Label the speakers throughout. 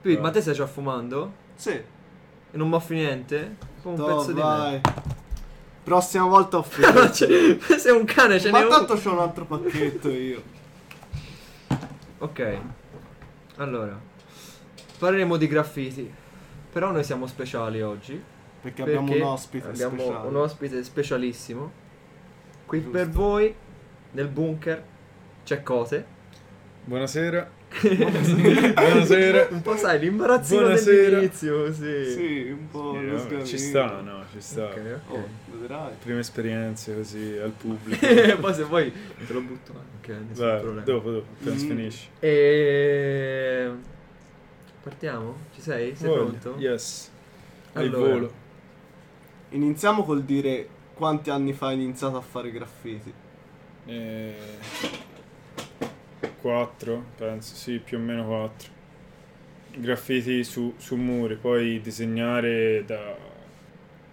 Speaker 1: Pete, ma te stai già fumando?
Speaker 2: Sì.
Speaker 1: E non moffi niente? Come un
Speaker 2: Toh,
Speaker 1: pezzo
Speaker 2: vai. Prossima volta
Speaker 1: di me.
Speaker 2: offrirti.
Speaker 1: Cioè, Sei un cane, ce n'è
Speaker 2: Ma
Speaker 1: uno.
Speaker 2: tanto c'ho un altro pacchetto io.
Speaker 1: Ok, allora parleremo di graffiti. Però noi siamo speciali oggi.
Speaker 2: Perché, abbiamo un
Speaker 1: perché
Speaker 2: ospite
Speaker 1: abbiamo
Speaker 2: speciale.
Speaker 1: un ospite specialissimo. Qui
Speaker 2: Giusto.
Speaker 1: per voi, nel bunker, c'è Cose.
Speaker 3: Buonasera. Buonasera.
Speaker 1: Un po' sai l'imbarazzino
Speaker 3: Buonasera.
Speaker 1: dell'inizio, sì.
Speaker 2: Sì, un po'.
Speaker 3: Eh,
Speaker 2: lo
Speaker 3: vabbè,
Speaker 2: sgamino.
Speaker 3: ci sta, no, ci sta.
Speaker 1: Oh, Ok, ok.
Speaker 2: Oh, vedrai.
Speaker 3: Prime esperienze così al pubblico.
Speaker 1: Poi se vuoi te lo butto anche, nessun
Speaker 3: Vai,
Speaker 1: problema.
Speaker 3: dopo, dopo, appena
Speaker 2: Mm.
Speaker 3: finisci.
Speaker 1: E... Partiamo? Ci sei? Sei
Speaker 3: Voglia.
Speaker 1: pronto?
Speaker 3: Yes. Al
Speaker 1: Allora.
Speaker 3: volo.
Speaker 2: Iniziamo col dire quanti anni fa hai iniziato a fare graffiti.
Speaker 3: 4, Eh, penso, sì, più o meno 4. Graffiti su, su muri, poi disegnare da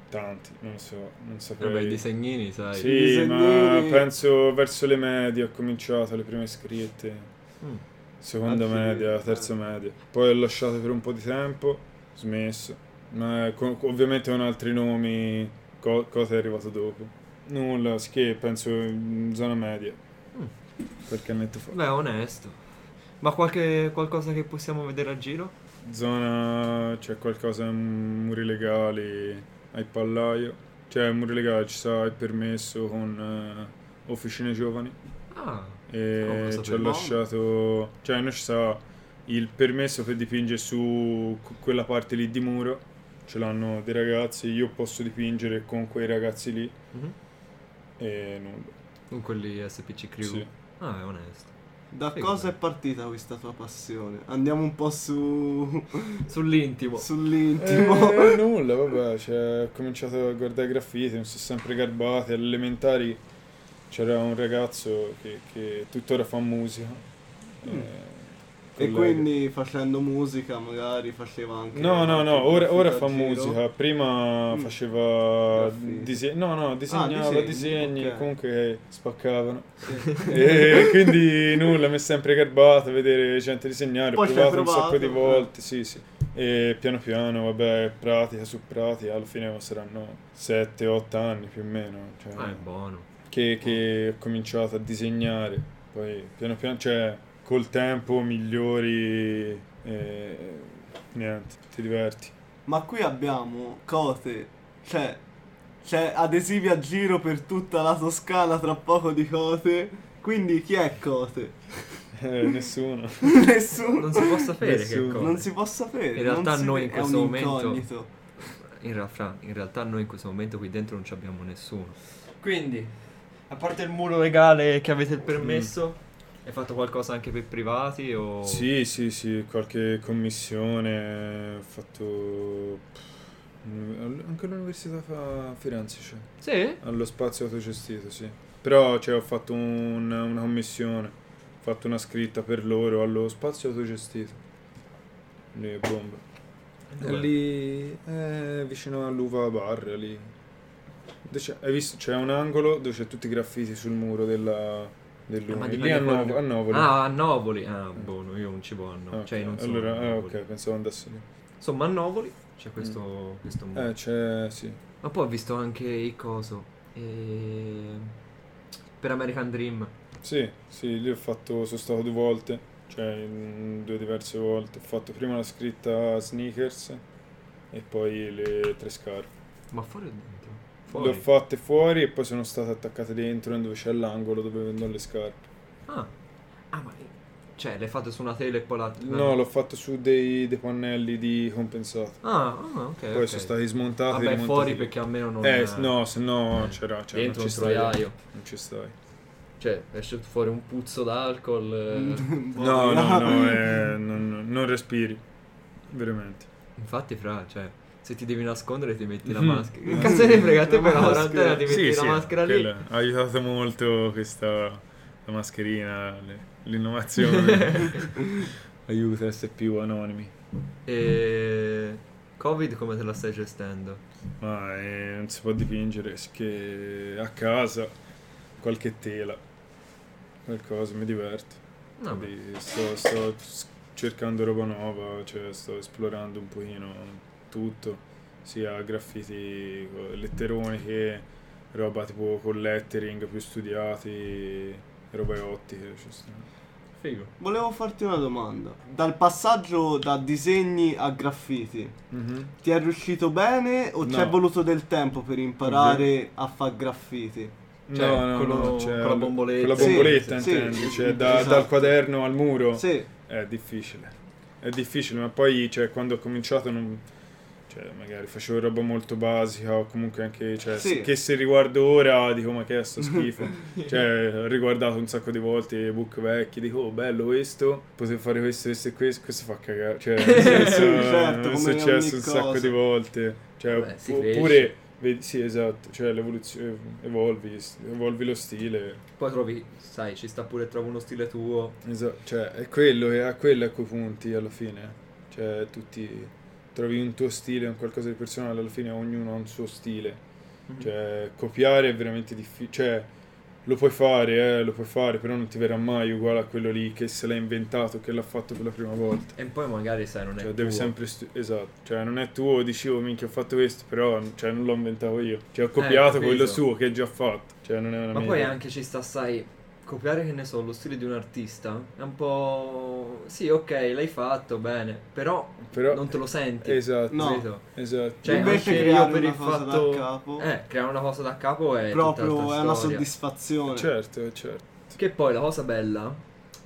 Speaker 3: tanti, non so, non saprei.
Speaker 4: Vabbè, i disegnini, sai.
Speaker 3: Sì,
Speaker 2: Disegnini.
Speaker 3: ma penso verso le medie ho cominciato le prime scritte.
Speaker 1: Mm.
Speaker 3: Seconda
Speaker 2: Ah, sì.
Speaker 3: media, terza media. Poi ho lasciato per un po' di tempo, smesso. Ma eh, con- ovviamente con altri nomi, co- cosa è arrivato dopo. Nulla, che penso in zona media.
Speaker 2: Mm.
Speaker 3: Qualche annetto fa.
Speaker 1: Beh, onesto. Ma qualche qualcosa che possiamo vedere a giro?
Speaker 3: Zona, c'è qualcosa, mm, muri legali ai pallaio. Cioè, muri legali ci sta il permesso con eh, officine giovani.
Speaker 1: Ah, Oh,
Speaker 3: E
Speaker 1: cosa
Speaker 3: ci ho
Speaker 1: bella.
Speaker 3: lasciato. Cioè, noi ci sta il permesso per dipingere su cu- quella parte lì di muro. Ce l'hanno dei ragazzi. Io posso dipingere con quei ragazzi lì.
Speaker 1: Mhm.
Speaker 3: E nulla.
Speaker 1: con Mm, quelli SPC Crew.
Speaker 3: Sì.
Speaker 1: Ah, è onesto.
Speaker 2: Da
Speaker 1: Figo,
Speaker 2: cosa
Speaker 1: dai.
Speaker 2: è partita questa tua passione? Andiamo un po' su
Speaker 1: Sull'intimo.
Speaker 2: sull'intimo.
Speaker 3: Eh, nulla, vabbè. Cioè, ho cominciato a guardare i graffiti. Non sono sempre garbati. Alle elementari c'era un ragazzo che, che tuttora fa musica. eh,
Speaker 2: Mm. E
Speaker 3: collega.
Speaker 2: quindi facendo musica magari faceva anche...
Speaker 3: No, no, no, ora, ora fa musica, prima
Speaker 2: Mm.
Speaker 3: faceva
Speaker 2: Graffiti.
Speaker 3: dise- no, no, disegnava
Speaker 2: disegni,
Speaker 3: disegni,
Speaker 2: ok.
Speaker 3: comunque spaccavano.
Speaker 2: Sì.
Speaker 3: e quindi nulla, mi è sempre garbato vedere gente disegnare,
Speaker 2: Poi
Speaker 3: ho
Speaker 2: ci hai
Speaker 3: provato, un
Speaker 2: provato,
Speaker 3: sacco di
Speaker 2: eh.
Speaker 3: volte, sì, sì. E piano piano, vabbè, pratica su pratica, alla fine saranno 7-8 anni più o meno, cioè,
Speaker 1: Ah, è buono.
Speaker 3: che, che ho cominciato a disegnare, poi piano piano, cioè, col tempo migliori e niente, ti diverti.
Speaker 2: Ma qui abbiamo cote, cioè, c'è adesivi a giro per tutta la Toscana, tra poco di cote. Quindi chi è cote?
Speaker 3: Eh, nessuno.
Speaker 2: Nessuno.
Speaker 1: Non si può sapere che
Speaker 3: Nessuno.
Speaker 1: cosa.
Speaker 2: Non si può sapere.
Speaker 1: In realtà
Speaker 2: non si
Speaker 1: noi
Speaker 2: vede,
Speaker 1: in questo
Speaker 2: è un
Speaker 1: momento-
Speaker 2: incognito.
Speaker 1: In, ra- fra- in realtà noi in questo momento qui dentro non ci abbiamo nessuno. Quindi, a parte il muro legale che avete il permesso, hai fatto qualcosa anche per privati o...
Speaker 3: Mm. Sì, sì, sì, qualche commissione, ho fatto... mm, Anche l'università fa- a Firenze, cioè,
Speaker 1: Sì?
Speaker 3: allo spazio autogestito, sì. Però, cioè, ho fatto un- una commissione, ho fatto una scritta per loro allo spazio autogestito. Lì è bomba. È
Speaker 1: Dov'è?
Speaker 3: lì, eh, vicino all'uva barra, lì. Dove c'è- hai visto? C'è un angolo dove c'è tutti i graffiti sul muro della,
Speaker 1: Ah, ma
Speaker 3: dell'Uni.
Speaker 1: dipende
Speaker 3: Lì a,
Speaker 1: quello
Speaker 3: Novo-
Speaker 1: che-
Speaker 3: a Novoli.
Speaker 1: Ah, a Novoli. Ah, buono, io non ci può a Novoli.
Speaker 3: Ah,
Speaker 1: Cioè,
Speaker 3: ok.
Speaker 1: non so.
Speaker 3: allora,
Speaker 1: a
Speaker 3: ah,
Speaker 1: Novoli.
Speaker 3: ok, pensavo andasse lì.
Speaker 1: Insomma, a Novoli c'è questo, questo muro.
Speaker 3: Eh, c'è, sì.
Speaker 1: Ma poi ho visto anche il coso. eh, Per American Dream.
Speaker 3: Sì, sì, lì ho fatto, sono stato due volte, cioè in due diverse volte. Ho fatto prima la scritta sneakers e poi le tre scarpe.
Speaker 1: Ma fuori o dentro?
Speaker 3: Le
Speaker 1: Fuori.
Speaker 3: ho fatte fuori e poi sono state attaccate dentro dove c'è l'angolo dove vendono le scarpe.
Speaker 1: ah. ah, ma. Cioè, le fate su una tela e poi la.
Speaker 3: No, l'ho fatto su dei, dei pannelli di compensato.
Speaker 1: Ah, ah, ok.
Speaker 3: Poi
Speaker 1: ok.
Speaker 3: sono stati smontati e
Speaker 1: Vabbè,
Speaker 3: rimontati
Speaker 1: fuori
Speaker 3: lì.
Speaker 1: perché almeno non.
Speaker 3: Eh, s- no, se no
Speaker 1: eh,
Speaker 3: c'era, cioè, non
Speaker 1: dentro
Speaker 3: ci
Speaker 1: un
Speaker 3: stai.
Speaker 1: troiaio.
Speaker 3: Non ci stai.
Speaker 1: Cioè, esce fuori un puzzo d'alcol.
Speaker 3: Mm.
Speaker 1: eh.
Speaker 3: No, no, no, eh, non, non- non respiri. Veramente.
Speaker 1: Infatti, fra, cioè. Se ti devi nascondere ti metti la
Speaker 3: Mhm.
Speaker 1: maschera. Che cazzo ne frega a te
Speaker 2: La
Speaker 1: per la
Speaker 2: maschera.
Speaker 1: quarantena ti metti la maschera lì?
Speaker 3: quella- Ha aiutato molto questa la mascherina, le- l'innovazione. Aiuta a essere più anonimi.
Speaker 1: E. Covid come te la stai gestendo?
Speaker 3: Ma eh, non si può dipingere, sì che a casa qualche tela, qualcosa, mi diverto.
Speaker 1: Vabbè.
Speaker 3: Quindi sto, sto s- cercando roba nuova, cioè sto esplorando un pochino tutto, sia graffiti, co- letteroni che roba tipo con lettering più studiati, robe ottiche. cioè, sto-
Speaker 1: Figo.
Speaker 2: Volevo farti una domanda. Dal passaggio da disegni a graffiti, ti è riuscito bene o
Speaker 3: No.
Speaker 2: ci è voluto del tempo per imparare a fare graffiti?
Speaker 1: Cioè,
Speaker 3: no, no,
Speaker 1: con lo-
Speaker 3: no, cioè,
Speaker 1: con la bomboletta.
Speaker 3: Con la bomboletta,
Speaker 2: Sì, sì,
Speaker 3: intendi?
Speaker 2: sì,
Speaker 3: cioè, da-
Speaker 2: esatto.
Speaker 3: dal quaderno al muro.
Speaker 1: Eh,
Speaker 2: Sì,
Speaker 3: È difficile. È difficile, ma poi cioè, quando ho cominciato non... Cioè, magari facevo roba molto basica o comunque anche... Cioè,
Speaker 2: Sì.
Speaker 3: Che se riguardo ora dico ma che è sto schifo. cioè, ho riguardato un sacco di volte book vecchi, dico oh bello questo, potevo fare questo, questo e questo, questo fa cagare. Cioè, nel senso,
Speaker 2: Certo,
Speaker 3: è
Speaker 2: come
Speaker 3: successo un
Speaker 2: ogni
Speaker 3: sacco
Speaker 2: cosa.
Speaker 3: di volte. Cioè,
Speaker 1: Beh, si
Speaker 3: oppure...
Speaker 1: cresce.
Speaker 3: vedi- sì, esatto, cioè l'evoluzione, evolvi, evolvi lo stile.
Speaker 1: Poi trovi, sai, ci sta pure, trovo uno stile tuo.
Speaker 3: Esatto, cioè è quello e a quello a quei punti alla fine. Cioè tutti trovi un tuo stile, un qualcosa di personale, alla fine ognuno ha un suo stile.
Speaker 1: Mhm.
Speaker 3: Cioè copiare è veramente difficile, cioè lo puoi fare, eh, lo puoi fare, però non ti verrà mai uguale a quello lì che se l'ha inventato, che l'ha fatto per la prima volta.
Speaker 1: E poi magari, sai, non è
Speaker 3: Cioè,
Speaker 1: tuo.
Speaker 3: devi sempre stu- esatto, cioè non è tuo, dicevo minchia ho fatto questo, però cioè, non l'ho inventato io. Cioè ho copiato
Speaker 1: Eh, capito.
Speaker 3: quello suo che è già fatto, cioè non è una
Speaker 1: Ma
Speaker 3: mia
Speaker 1: poi
Speaker 3: idea.
Speaker 1: anche ci sta, sai, copiare che ne so, lo stile di un artista. È un po'... Sì, ok, l'hai fatto, bene. Però
Speaker 3: però
Speaker 1: non te lo senti.
Speaker 3: esatto,
Speaker 2: No.
Speaker 1: capito?
Speaker 3: esatto.
Speaker 1: Cioè,
Speaker 2: Invece
Speaker 1: anche
Speaker 2: creare
Speaker 1: io per
Speaker 2: una
Speaker 1: il
Speaker 2: cosa da
Speaker 1: fatto...
Speaker 2: capo-
Speaker 1: Eh, creare una cosa da capo è...
Speaker 2: proprio
Speaker 1: tutt'altra
Speaker 2: è una
Speaker 1: storia.
Speaker 2: soddisfazione.
Speaker 3: Certo, certo.
Speaker 1: Che poi la cosa bella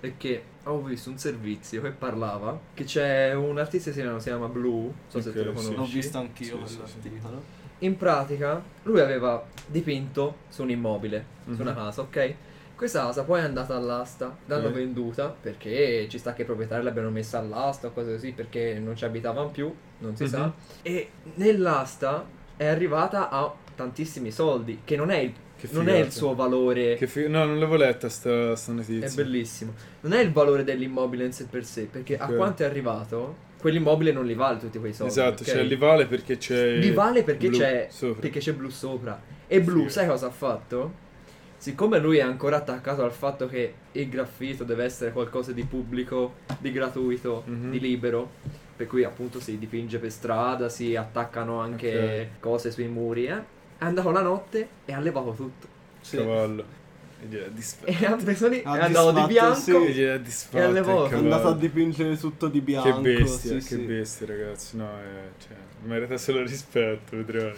Speaker 1: è che ho visto un servizio che parlava che c'è un artista che si chiama, si chiama Blue, non so se
Speaker 3: Ok,
Speaker 1: te lo
Speaker 3: sì.
Speaker 1: conosci.
Speaker 2: L'ho visto anch'io
Speaker 3: Sì, sì, sì.
Speaker 2: quell'articolo.
Speaker 1: In pratica lui aveva dipinto su un immobile,
Speaker 3: Mhm.
Speaker 1: su una casa, ok? Questa casa poi è andata all'asta, l'hanno
Speaker 3: Ok.
Speaker 1: venduta perché ci sta che i proprietari l'abbiano messa all'asta o cose così perché non ci abitavano più, non si
Speaker 3: Mhm.
Speaker 1: sa. E nell'asta è arrivata a tantissimi soldi, che non è il,
Speaker 3: Che
Speaker 1: non è il
Speaker 3: figata.
Speaker 1: suo valore
Speaker 3: Che fi- no, non l'avevo letta sta, sta
Speaker 1: È
Speaker 3: notizia.
Speaker 1: bellissimo. Non è il valore dell'immobile in sé per sé, perché
Speaker 3: Ok.
Speaker 1: a quanto è arrivato, quell'immobile non li vale tutti quei soldi.
Speaker 3: Esatto,
Speaker 1: ok?
Speaker 3: cioè li vale perché c'è...
Speaker 1: Li vale perché
Speaker 3: blu
Speaker 1: c'è
Speaker 3: sopra.
Speaker 1: perché c'è blu sopra. E blu,
Speaker 3: Sì.
Speaker 1: sai cosa ha fatto? Siccome lui è ancora attaccato al fatto che il graffito deve essere qualcosa di pubblico, di gratuito,
Speaker 3: Mhm.
Speaker 1: di libero, per cui appunto si dipinge per strada, si attaccano anche
Speaker 3: Ok.
Speaker 1: cose sui muri, eh. È andato la notte e ha levato tutto.
Speaker 2: Sì.
Speaker 3: Cavallo. E gli ha disfatto.
Speaker 1: E ha preso lì, è
Speaker 2: Ha
Speaker 1: andato di
Speaker 2: disfatto,
Speaker 1: bianco.
Speaker 2: sì.
Speaker 3: E gli ha disfatto
Speaker 1: alle
Speaker 3: il
Speaker 1: volte.
Speaker 2: È
Speaker 3: cavallo.
Speaker 2: andato a dipingere tutto di
Speaker 3: Che
Speaker 2: bianco.
Speaker 3: bestia, che
Speaker 2: sì, sì.
Speaker 3: bestia ragazzi. No, eh, cioè, merita solo rispetto, vedrai.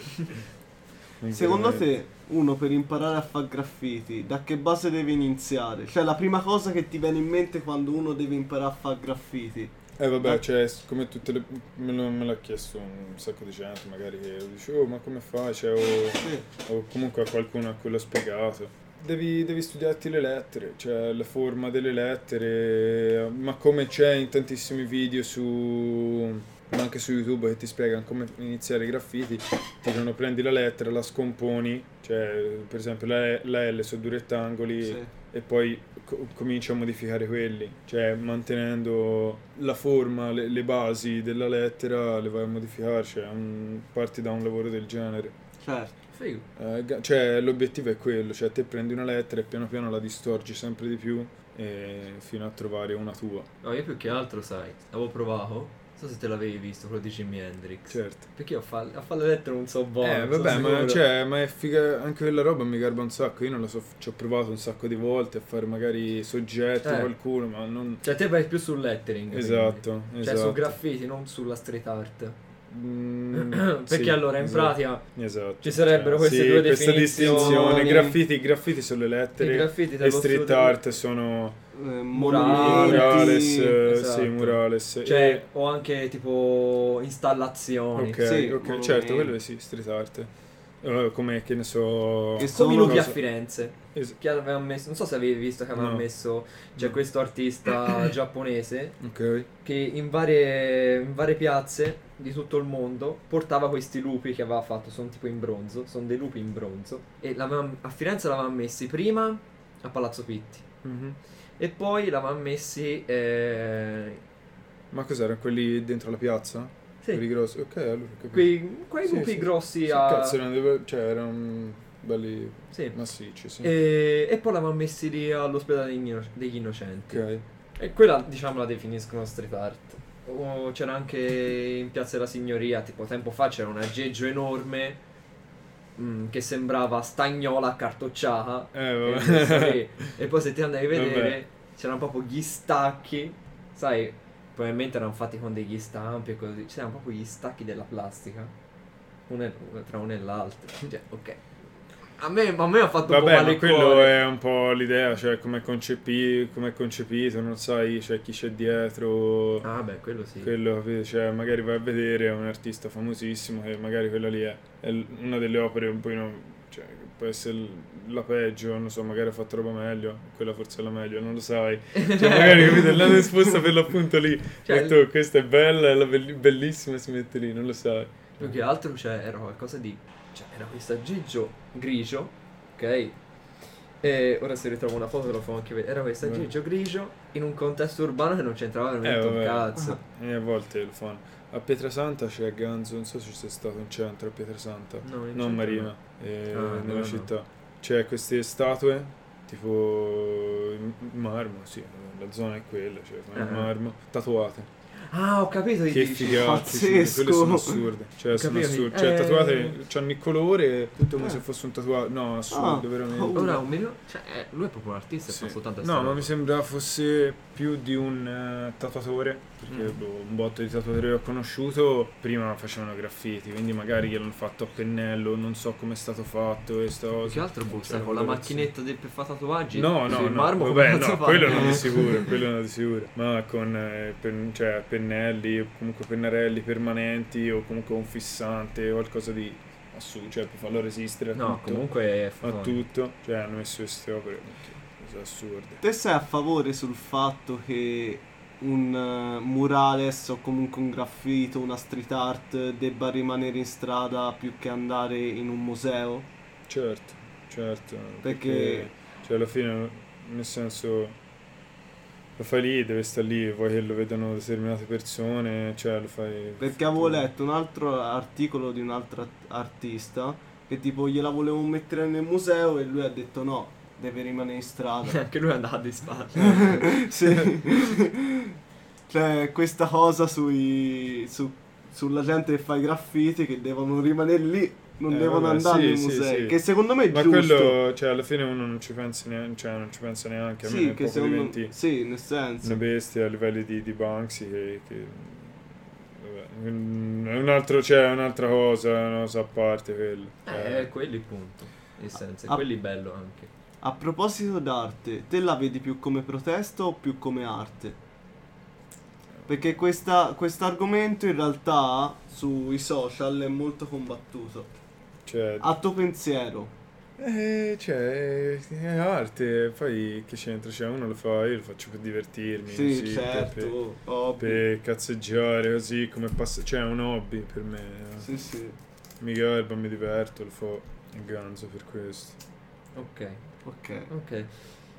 Speaker 3: Non
Speaker 2: Secondo
Speaker 3: veramente.
Speaker 2: te, uno per imparare a fare graffiti, da che base deve iniziare? Cioè, la prima cosa che ti viene in mente quando uno deve imparare a fare graffiti?
Speaker 3: Eh vabbè,
Speaker 2: Ma-
Speaker 3: cioè, s- come tutte le... Me, lo- me l'ha chiesto un sacco di gente, magari, che dice, oh, ma come fai? Cioè, oh,
Speaker 2: Sì.
Speaker 3: o comunque a qualcuno a cui l'ho spiegato. Devi, devi studiarti le lettere, cioè la forma delle lettere, ma come c'è in tantissimi video su ma anche su YouTube che ti spiegano come iniziare i graffiti, ti dicono prendi la lettera, la scomponi, cioè per esempio la, la L su due rettangoli
Speaker 2: Sì.
Speaker 3: e poi co- cominci a modificare quelli, cioè mantenendo la forma, le, le basi della lettera le vai a modificare, cioè un- parti da un lavoro del genere.
Speaker 2: Certo.
Speaker 1: Figo.
Speaker 3: Eh, ga- cioè, l'obiettivo è quello, cioè te prendi una lettera e piano piano la distorgi sempre di più eh, fino a trovare una tua.
Speaker 1: No, io più che altro, sai, avevo provato. Non so se te l'avevi visto, quello di Jimi Hendrix.
Speaker 3: Certo.
Speaker 1: Perché io a fa- a farle lettere non so buono.
Speaker 3: eh,
Speaker 1: non
Speaker 3: vabbè,
Speaker 1: so
Speaker 3: ma,
Speaker 1: sicuro.
Speaker 3: cioè, ma è figa, anche quella roba mi garba un sacco, io non lo so, f- ci ho provato un sacco di volte a fare magari soggetti,
Speaker 1: Eh.
Speaker 3: qualcuno, ma non...
Speaker 1: Cioè, te vai più sul lettering. quindi.
Speaker 3: Esatto, esatto.
Speaker 1: Cioè, su graffiti, non sulla street art.
Speaker 3: Mm,
Speaker 1: Perché
Speaker 3: sì,
Speaker 1: allora, in
Speaker 3: esatto.
Speaker 1: pratica,
Speaker 3: Esatto.
Speaker 1: ci sarebbero queste
Speaker 3: sì,
Speaker 1: due
Speaker 3: questa
Speaker 1: definizioni.
Speaker 3: distinzione, graffiti, i graffiti sono le lettere
Speaker 1: i graffiti te
Speaker 3: e
Speaker 1: lo
Speaker 3: street
Speaker 1: studio-
Speaker 3: art sono
Speaker 2: Eh,
Speaker 1: Murali.
Speaker 2: monumenti.
Speaker 3: murales, eh,
Speaker 1: esatto.
Speaker 3: sì, murales.
Speaker 1: Cioè, o anche tipo installazioni.
Speaker 3: Ok,
Speaker 2: Sì,
Speaker 3: ok,
Speaker 2: monumenti.
Speaker 3: certo, quello sì, street art. Eh, come che ne so.
Speaker 2: Che so-
Speaker 1: Come Luchi a
Speaker 3: cosa-
Speaker 1: Firenze.
Speaker 3: Es-
Speaker 1: Che aveva messo, non so se avevi visto che aveva
Speaker 3: No.
Speaker 1: messo. C'è
Speaker 3: No.
Speaker 1: questo artista giapponese
Speaker 3: ok.
Speaker 1: che in varie, in varie piazze di tutto il mondo portava questi lupi che aveva fatto, sono tipo in bronzo, sono dei lupi in bronzo e l'aveva- a Firenze l'avevano messi prima a Palazzo Pitti
Speaker 3: Mhm.
Speaker 1: e poi l'avevano messi eh,
Speaker 3: Ma cos'erano quelli dentro la piazza?
Speaker 1: sì,
Speaker 3: Quelli grossi? Ok, allora. capisco.
Speaker 1: quei, quei
Speaker 3: Sì,
Speaker 1: lupi
Speaker 3: sì.
Speaker 1: grossi
Speaker 3: Sì,
Speaker 1: a...
Speaker 3: Cazzo, erano dei- cioè, erano belli
Speaker 1: sì.
Speaker 3: massicci, sì.
Speaker 1: E, e poi l'avevano messi lì all'ospedale degli, inno- degli innocenti
Speaker 3: Ok. Eh,
Speaker 1: E quella, diciamo, la definiscono street art. O c'era anche in Piazza della Signoria, tipo tempo fa, c'era un aggeggio enorme mm, che sembrava stagnola cartocciata.
Speaker 3: Eh,
Speaker 1: E,
Speaker 3: vabbè.
Speaker 1: sì. E poi se ti andavi a vedere,
Speaker 3: Vabbè.
Speaker 1: c'erano proprio gli stacchi, sai, probabilmente erano fatti con degli stampi e così. C'erano proprio gli stacchi della plastica, uno e- tra uno e l'altro. Cioè, ok. A me, a me ha fatto un po'
Speaker 3: Vabbè,
Speaker 1: male
Speaker 3: ma
Speaker 1: il
Speaker 3: quello
Speaker 1: cuore.
Speaker 3: è un po' l'idea, cioè come è concepi- come è concepito, non sai cioè, chi c'è dietro.
Speaker 1: Ah, beh, quello sì.
Speaker 3: Quello, capito? Cioè, magari vai a vedere un artista famosissimo che magari quella lì è, è l- una delle opere un po' cioè, che può essere l- la peggio, non so, magari ha fatto roba meglio, quella forse è la meglio, non lo sai. Cioè, magari capito, l'hanno esposta per l'appunto lì.
Speaker 1: Cioè,
Speaker 3: e tu, questa è bella, è la belli- bellissima, si mette lì, non lo sai.
Speaker 1: Più che altro cioè, era qualcosa di. Cioè, era questo aggeggio grigio, ok? E ora se ritrovo una foto ve la faccio anche vedere. Era questo
Speaker 3: Beh.
Speaker 1: aggeggio grigio in un contesto urbano che non c'entrava veramente un
Speaker 3: Mm. Eh, vabbè. Ah,
Speaker 1: cazzo.
Speaker 3: E a volte lo fanno. A Pietrasanta c'è Ganzo, non so se c'è stato un centro a Pietrasanta.
Speaker 1: No, non c'entra,
Speaker 3: non Marina, eh,
Speaker 1: Ah, no,
Speaker 3: nella
Speaker 1: no.
Speaker 3: città. C'è queste statue, tipo in marmo, sì, la zona è quella, cioè sono in
Speaker 1: Ah.
Speaker 3: marmo, tatuate.
Speaker 1: Ah, ho capito che
Speaker 3: Che
Speaker 1: dici.
Speaker 3: figate, sì,
Speaker 2: pazzesco.
Speaker 3: quelle sono assurde. Cioè, sono
Speaker 1: Capivi?
Speaker 3: assurde. Cioè,
Speaker 1: Eh.
Speaker 3: tatuate, c'hanno il colore, tutto come
Speaker 2: Eh.
Speaker 3: se fosse un tatuaggio. No, assurdo,
Speaker 2: Ah.
Speaker 3: veramente.
Speaker 2: Oh.
Speaker 1: Ora un meno. Cioè, eh, lui è proprio un artista e
Speaker 3: Sì.
Speaker 1: fa soltanto
Speaker 3: No,
Speaker 1: sta
Speaker 3: ma
Speaker 1: roba.
Speaker 3: mi sembra fosse più di un eh, tatuatore, perché
Speaker 1: Mm.
Speaker 3: boh, un botto di tatuatori che ho conosciuto prima facevano graffiti, quindi magari gliel'hanno fatto a pennello, non so come è stato fatto questa
Speaker 1: Più che
Speaker 3: cosa.
Speaker 1: altro boh,
Speaker 3: Cioè,
Speaker 1: sai, con la
Speaker 3: colorazione.
Speaker 1: macchinetta del, per fare tatuaggi.
Speaker 3: No, no,
Speaker 1: sul
Speaker 3: no,
Speaker 1: marmo, come
Speaker 3: vabbè,
Speaker 1: cazzo
Speaker 3: no,
Speaker 1: fa? Eh.
Speaker 3: quello non di sicuro, quello non di sicuro, ma con eh, pen- cioè, pennelli o comunque pennarelli permanenti o comunque un fissante, qualcosa di assurdo, cioè per farlo resistere a
Speaker 1: No,
Speaker 3: tutto,
Speaker 1: comunque è
Speaker 3: a
Speaker 1: fotone.
Speaker 3: tutto, cioè hanno messo queste opere, minchia, cose assurde.
Speaker 2: Te sei a favore sul fatto che un eh, murales o comunque un graffito, una street art debba rimanere in strada più che andare in un museo?
Speaker 3: Certo, certo.
Speaker 2: Perché-
Speaker 3: Cioè, alla fine, nel senso... Lo fai lì, deve stare lì, vuoi che lo vedano determinate persone, cioè lo fai...
Speaker 2: Perché avevo letto un altro articolo di un'altra artista che tipo gliela volevo mettere nel museo e lui ha detto no, deve rimanere in strada.
Speaker 1: Anche lui è andato di spalle.
Speaker 2: sì. cioè, questa cosa sui, su- sulla gente che fa i graffiti che devono rimanere lì, non
Speaker 3: Eh,
Speaker 2: devono
Speaker 3: vabbè,
Speaker 2: andare
Speaker 3: sì,
Speaker 2: nei
Speaker 3: sì,
Speaker 2: musei.
Speaker 3: sì.
Speaker 2: Che secondo me è
Speaker 3: Ma
Speaker 2: giusto.
Speaker 3: quello, cioè, alla fine uno non ci pensa neanche, cioè, non ci pensa neanche, a
Speaker 2: sì,
Speaker 3: meno
Speaker 2: che
Speaker 3: che poi
Speaker 2: secondo
Speaker 3: diventi
Speaker 2: Sì, nel
Speaker 3: una
Speaker 2: senso.
Speaker 3: bestia a livelli di, di Banksy che... che- vabbè, mm, è un altro, cioè, è un'altra cosa, è una cosa a parte quello.
Speaker 1: Eh, quelli punto. Nel senso, e
Speaker 2: Ah.
Speaker 1: quelli bello anche.
Speaker 2: A proposito d'arte, te la vedi più come protesta o più come arte? Perché questa- quest'argomento in realtà sui social è molto combattuto.
Speaker 3: cioè,
Speaker 2: A tuo pensiero,
Speaker 3: Eh, cioè, è arte, poi che c'entra? Cioè, uno lo fa, io lo faccio per divertirmi,
Speaker 2: sì,
Speaker 3: così, per,
Speaker 2: certo, ovvio.
Speaker 3: per cazzeggiare, così, come passa... Cioè, è un hobby per me, eh.
Speaker 2: Sì, sì.
Speaker 3: mica erba, mi diverto, lo fo in ganzo per questo.
Speaker 1: Ok.
Speaker 2: Ok.
Speaker 1: Ok.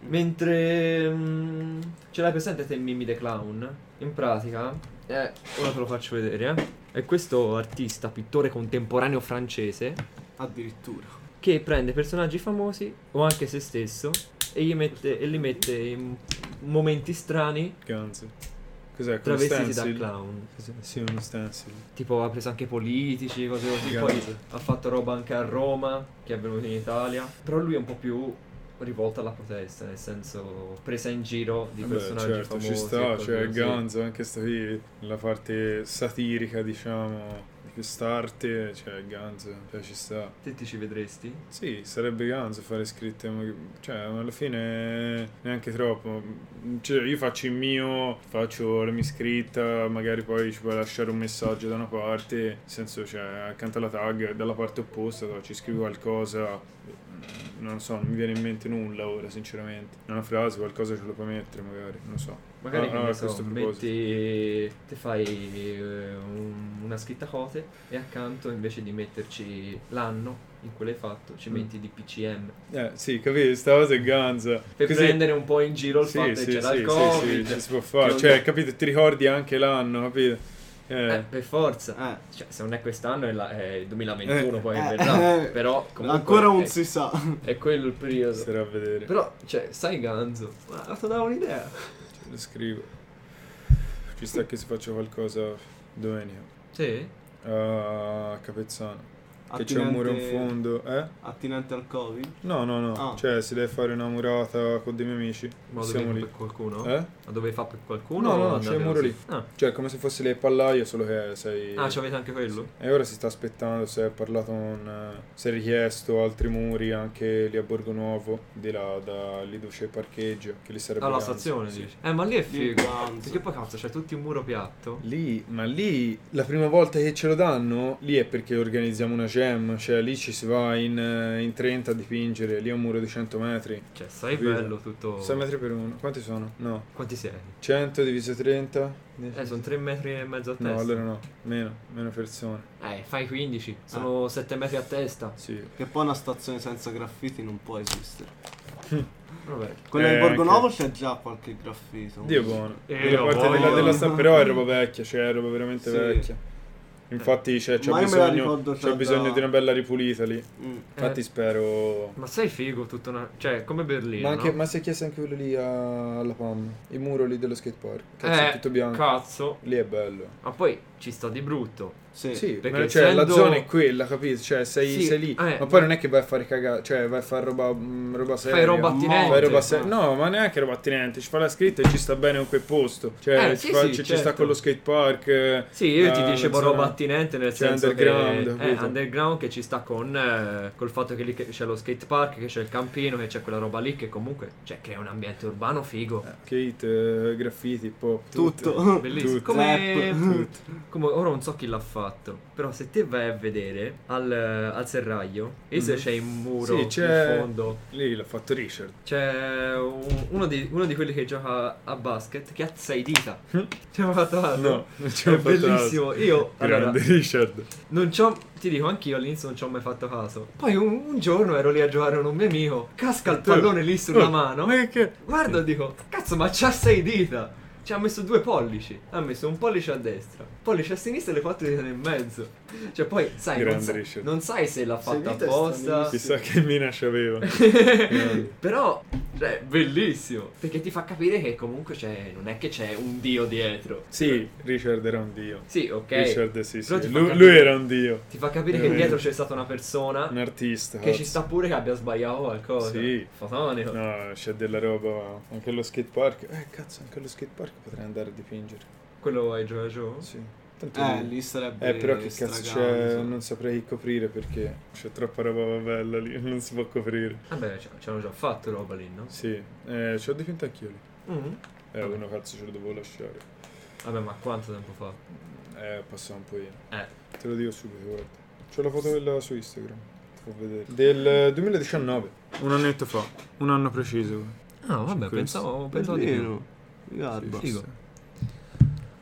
Speaker 1: Mentre mm, ce l'hai presente te Mimmi the Clown? In pratica, eh, ora te lo faccio vedere, eh. È questo artista, pittore contemporaneo francese,
Speaker 2: Addirittura.
Speaker 1: che prende personaggi famosi o anche se stesso e, gli mette- e li mette in momenti strani
Speaker 3: Ganzo. Cos'è? Con
Speaker 1: travestiti da
Speaker 3: stencil?
Speaker 1: clown.
Speaker 3: Cos'è? Sì, uno stencil.
Speaker 1: Tipo ha preso anche politici, cose così, poi
Speaker 3: Ganzo.
Speaker 1: ha fatto roba anche a Roma, che è venuto in Italia. Però lui è un po' più rivolto alla protesta, nel senso presa in giro di
Speaker 3: Vabbè,
Speaker 1: personaggi
Speaker 3: certo,
Speaker 1: famosi.
Speaker 3: ci
Speaker 1: e
Speaker 3: sta,
Speaker 1: cose
Speaker 3: cioè,
Speaker 1: così.
Speaker 3: ganzo, anche sta qui, la parte satirica, diciamo, di quest'arte, cioè, ganzo, cioè, ci sta.
Speaker 1: Te ti ci vedresti?
Speaker 3: Sì, sarebbe ganzo fare scritte, ma- cioè alla fine neanche troppo. Cioè, io faccio il mio, faccio la mia scritta, magari poi ci puoi lasciare un messaggio da una parte, nel senso cioè accanto alla tag, dalla parte opposta dove ci scrivi qualcosa, non so, non mi viene in mente nulla ora sinceramente. Una frase, qualcosa ce lo puoi mettere magari, non so.
Speaker 1: Magari
Speaker 3: Ah,
Speaker 1: che
Speaker 3: ah,
Speaker 1: ne
Speaker 3: a
Speaker 1: so,
Speaker 3: questo proposito.
Speaker 1: metti, ti fai eh, un- una scritta cote e accanto invece di metterci l'anno in cui l'hai fatto ci
Speaker 3: Mm.
Speaker 1: metti DPCM
Speaker 3: Eh sì, capito, sta cosa è ganza.
Speaker 1: per
Speaker 3: Così-
Speaker 1: prendere un po' in giro il
Speaker 3: sì,
Speaker 1: fatto
Speaker 3: sì,
Speaker 1: che c'era
Speaker 3: sì,
Speaker 1: il
Speaker 3: sì,
Speaker 1: covid
Speaker 3: sì, ci si può fare.
Speaker 1: che-
Speaker 3: Cioè, capito, ti ricordi anche l'anno, capito? Eh.
Speaker 1: Eh, per forza
Speaker 2: Eh.
Speaker 1: Cioè, se non è quest'anno è, la- è il 2021 poi che
Speaker 2: Eh,
Speaker 1: verrà.
Speaker 2: eh,
Speaker 1: però comunque
Speaker 2: Ancora non
Speaker 3: eh,
Speaker 1: è,
Speaker 2: si sa.
Speaker 1: è quello il periodo.
Speaker 3: Sarà a vedere.
Speaker 1: Però, cioè, sai Ganzo, ma ti dava un'idea.
Speaker 3: le scrivo. Ci sta che si faccia qualcosa domenica.
Speaker 1: Sì?
Speaker 3: A Capezzano. Che c'è un
Speaker 2: Attinente-
Speaker 3: muro in fondo. Eh?
Speaker 2: Attinente al Covid?
Speaker 3: No, no, no.
Speaker 2: Ah.
Speaker 3: Cioè, si deve fare una murata con dei miei amici.
Speaker 1: Ma lo
Speaker 3: Siamo
Speaker 1: dovevi
Speaker 3: lì.
Speaker 1: per qualcuno?
Speaker 3: Eh?
Speaker 1: Ma dovevi fare per qualcuno?
Speaker 3: No,
Speaker 1: o
Speaker 3: no, no,
Speaker 1: andate
Speaker 3: c'è il muro
Speaker 1: così?
Speaker 3: lì.
Speaker 1: Ah,
Speaker 3: Cioè, come se fosse le pallaie, solo che sei.
Speaker 1: ah c'avete anche quello?
Speaker 3: E ora si sta aspettando se ha parlato con. eh, se è richiesto altri muri anche lì a Borgo Nuovo, di là, da lì dove c'è il parcheggio, che lì sarebbe.
Speaker 1: Alla
Speaker 3: Lanza,
Speaker 1: stazione,
Speaker 3: sì.
Speaker 1: dici? Eh, ma lì è figo.
Speaker 2: Lanza.
Speaker 1: Perché poi cazzo, c'è tutti un muro piatto.
Speaker 3: Lì, ma lì la prima volta che ce lo danno, lì è perché organizziamo una jam, cioè lì ci si va in, eh, in 30 a dipingere, lì è un muro di 100 metri.
Speaker 1: Cioè, sai
Speaker 3: Capito.
Speaker 1: bello tutto...
Speaker 3: 6 metri per uno, quanti sono? No,
Speaker 1: Quanti sei?
Speaker 3: 100 diviso 30?
Speaker 1: Eh,
Speaker 3: Esatto.
Speaker 1: sono 3 metri e mezzo a testa.
Speaker 3: No, allora no, meno, meno persone.
Speaker 1: Eh, fai 15.
Speaker 3: Ah.
Speaker 1: Sono 7 metri a testa.
Speaker 3: Sì.
Speaker 2: Che poi una stazione senza graffiti non può esistere.
Speaker 1: Vabbè.
Speaker 2: Quella
Speaker 3: Eh,
Speaker 2: di Borgo
Speaker 3: anche-
Speaker 2: Nuovo c'è già qualche graffito.
Speaker 3: Dio buono.
Speaker 1: Eh,
Speaker 3: Quella
Speaker 1: no,
Speaker 3: parte di là
Speaker 1: voglio.
Speaker 3: della sta- però è roba vecchia, cioè è roba veramente
Speaker 2: Sì.
Speaker 3: vecchia. Infatti cioè, c'ho
Speaker 2: Ma io me la
Speaker 3: bisogno,
Speaker 2: ricordo
Speaker 3: c'ho
Speaker 2: già
Speaker 3: bisogno
Speaker 2: da-
Speaker 3: di una bella ripulita lì.
Speaker 2: Mm.
Speaker 3: Infatti
Speaker 1: Eh.
Speaker 3: spero...
Speaker 1: Ma sei figo tutta una... Cioè, come Berlino,
Speaker 3: Ma, anche,
Speaker 1: no?
Speaker 3: ma si è chiesto anche quello lì a- alla PAM, il muro lì dello skatepark. Cazzo,
Speaker 1: eh,
Speaker 3: è tutto bianco.
Speaker 1: cazzo.
Speaker 3: lì è bello.
Speaker 1: Ma poi ci sta di brutto.
Speaker 2: Sì.
Speaker 3: Sì,
Speaker 1: perché
Speaker 3: ma cioè, la
Speaker 1: essendo-
Speaker 3: zona è quella, capito? Cioè, sei,
Speaker 1: Sì,
Speaker 3: sei lì.
Speaker 1: eh,
Speaker 3: ma poi
Speaker 1: ma-
Speaker 3: non è che vai a fare cagare, cioè vai a fare roba, mh, roba seria.
Speaker 1: Fai roba
Speaker 2: mo-
Speaker 1: attinente.
Speaker 3: Fai roba
Speaker 2: Eh,
Speaker 3: seria.
Speaker 2: eh.
Speaker 3: No, ma neanche roba attinente. Ci fa la scritta e ci sta bene in quel posto. Cioè,
Speaker 1: Eh,
Speaker 3: ci,
Speaker 1: sì,
Speaker 3: fa-
Speaker 1: sì,
Speaker 3: ci- ci
Speaker 1: certo.
Speaker 3: sta con lo skatepark. eh,
Speaker 1: Sì, io
Speaker 3: eh,
Speaker 1: ti
Speaker 3: la
Speaker 1: dicevo
Speaker 3: zona-
Speaker 1: roba attinente nel
Speaker 3: cioè,
Speaker 1: senso
Speaker 3: underground,
Speaker 1: che è
Speaker 3: capito?
Speaker 1: underground che ci sta con eh, col fatto che lì che c'è lo skate park, che c'è il campino, che c'è quella roba lì che comunque cioè crea un ambiente urbano figo.
Speaker 3: eh, Kate, eh, graffiti, pop.
Speaker 2: Tutto.
Speaker 1: Bellissimo.
Speaker 3: Tutto.
Speaker 1: Come,
Speaker 3: Tutto.
Speaker 1: come- ora non so chi l'ha fatto, però se te vai a vedere al, al serraglio, e se
Speaker 3: Mhm.
Speaker 1: c'è il muro
Speaker 3: Sì, c'è-
Speaker 1: in fondo,
Speaker 3: Lì l'ha fatto Richard.
Speaker 1: c'è un- uno, di, uno di quelli che gioca a basket che ha sei dita. Ci abbiamo fatto caso?
Speaker 3: Hm? No, non ci
Speaker 1: È
Speaker 3: ho fatto caso.
Speaker 1: bellissimo. Io allora,
Speaker 3: Grande Richard.
Speaker 1: Non ci ho, ti dico anch'io all'inizio non ci ho mai fatto caso. Poi un, un giorno ero lì a giocare con un mio amico, casca il pallone lì sulla
Speaker 3: Oh,
Speaker 1: mano.
Speaker 3: Eh, Ma che...
Speaker 1: Guardo e dico, cazzo ma c'ha sei dita! Ci ha messo due pollici, ha messo un pollice a destra, pollice a sinistra e le quattro dita nel mezzo. Cioè poi sai, non,
Speaker 3: Grande
Speaker 1: sa-
Speaker 3: Richard.
Speaker 1: non sai se l'ha
Speaker 2: Sei
Speaker 1: fatta
Speaker 2: dita e
Speaker 1: apposta.
Speaker 3: Chissà
Speaker 2: stranissimo.
Speaker 3: che mina ci aveva. Grande.
Speaker 1: Però, cioè, bellissimo. Perché ti fa capire che comunque c'è, non è che c'è un dio dietro.
Speaker 3: Sì, Richard era un dio.
Speaker 1: Sì, ok.
Speaker 3: Richard, sì, sì.
Speaker 1: Però ti fa
Speaker 3: Lui,
Speaker 1: capire-
Speaker 3: lui era un dio.
Speaker 1: Ti fa capire che
Speaker 3: Veramente.
Speaker 1: dietro c'è stata una persona
Speaker 3: Un artista.
Speaker 1: Che ci
Speaker 3: cazzo.
Speaker 1: sta pure che abbia sbagliato qualcosa.
Speaker 3: esatto. Sì.
Speaker 1: Fotonico.
Speaker 3: No, c'è della roba. Anche allo skatepark. Eh, cazzo, anche allo skatepark potrei andare a dipingere.
Speaker 1: Quello è Joe Joe?
Speaker 3: Sì. Tanto
Speaker 2: Eh, lì sarebbe
Speaker 3: Eh, però che cazzo
Speaker 2: stracazzo.
Speaker 3: c'è? Non saprei coprire perché c'è troppa roba bella lì, non si può coprire.
Speaker 1: Vabbè, ci ci hanno già fatto roba lì, no?
Speaker 3: Sì, eh, ci ho dipinto anch'io lì.
Speaker 1: Mhm.
Speaker 3: Eh, uno cazzo ce lo dovevo lasciare.
Speaker 1: Vabbè, ma quanto tempo fa?
Speaker 3: Eh, passava un po' io.
Speaker 1: Eh.
Speaker 3: Te lo dico subito, guarda. C'ho la foto quella su Instagram. Ti fa vedere. Del eh, 2019. Un annetto fa. Un anno preciso.
Speaker 1: Ah, vabbè,
Speaker 3: Questo.
Speaker 1: pensavo, pensavo di più.
Speaker 2: Bellino. Garba.
Speaker 1: Ah, Figo.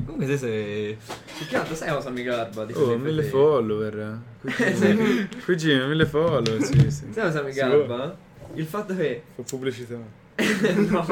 Speaker 1: Comunque te sei... Più che altro sai cosa mi garba? di Felipe
Speaker 3: Oh, mille
Speaker 1: Tei?
Speaker 3: follower. Cugino, Cugino, mille follower. Sì, sì.
Speaker 1: Sai cosa mi
Speaker 3: Sì, oh.
Speaker 1: garba? Il fatto che...
Speaker 3: Fa pubblicità.
Speaker 1: no.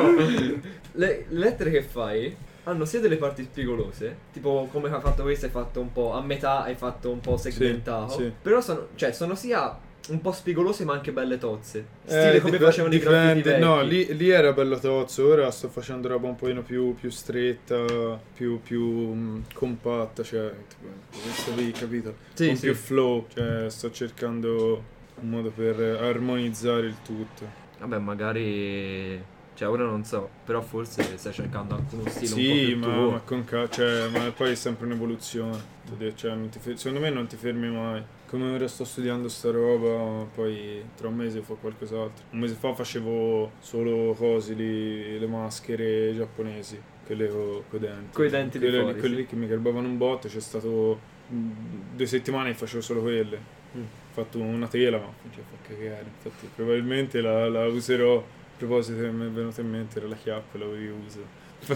Speaker 1: Le le lettere che fai hanno sia delle parti spigolose, tipo come hai fatto questo, hai fatto un po' a metà, hai fatto un po' segmentato.
Speaker 3: sì.
Speaker 1: Però sono, cioè, sono sia un po' spigolose ma anche belle tozze.
Speaker 3: Eh,
Speaker 1: Stile come
Speaker 3: dip-
Speaker 1: facevano i graffiti
Speaker 3: dipende.
Speaker 1: vecchi.
Speaker 3: No, lì, lì era bello tozzo. Ora sto facendo roba un pochino più, più stretta, più, più mm, compatta. Cioè, tipo, questo lì, capito?
Speaker 1: Sì,
Speaker 3: con
Speaker 1: sì.
Speaker 3: più flow. Cioè, sto cercando un modo per armonizzare il tutto.
Speaker 1: Vabbè, magari... Cioè, ora non so, però forse stai cercando anche uno stile
Speaker 3: Sì,
Speaker 1: un po' più
Speaker 3: ma,
Speaker 1: tuo.
Speaker 3: ma con ca- cioè, ma poi è sempre un'evoluzione. Ti de- cioè, non ti fer- secondo me non ti fermi mai. Come ora sto studiando sta roba, poi tra un mese fa qualcos'altro. Un mese fa facevo solo cose lì, le maschere giapponesi, quelle co- coi denti.
Speaker 1: Coi denti di
Speaker 3: Quelle lì-
Speaker 1: fuori,
Speaker 3: quelle
Speaker 1: sì.
Speaker 3: lì che mi carbavano un botto, c'è stato mh, due settimane che facevo solo quelle.
Speaker 1: Mm.
Speaker 3: Ho fatto una tela, ma cioè, fa cagare. Infatti, probabilmente la, la userò. A proposito, che mi è venuta in mente era la chiappa, la riuso. Fa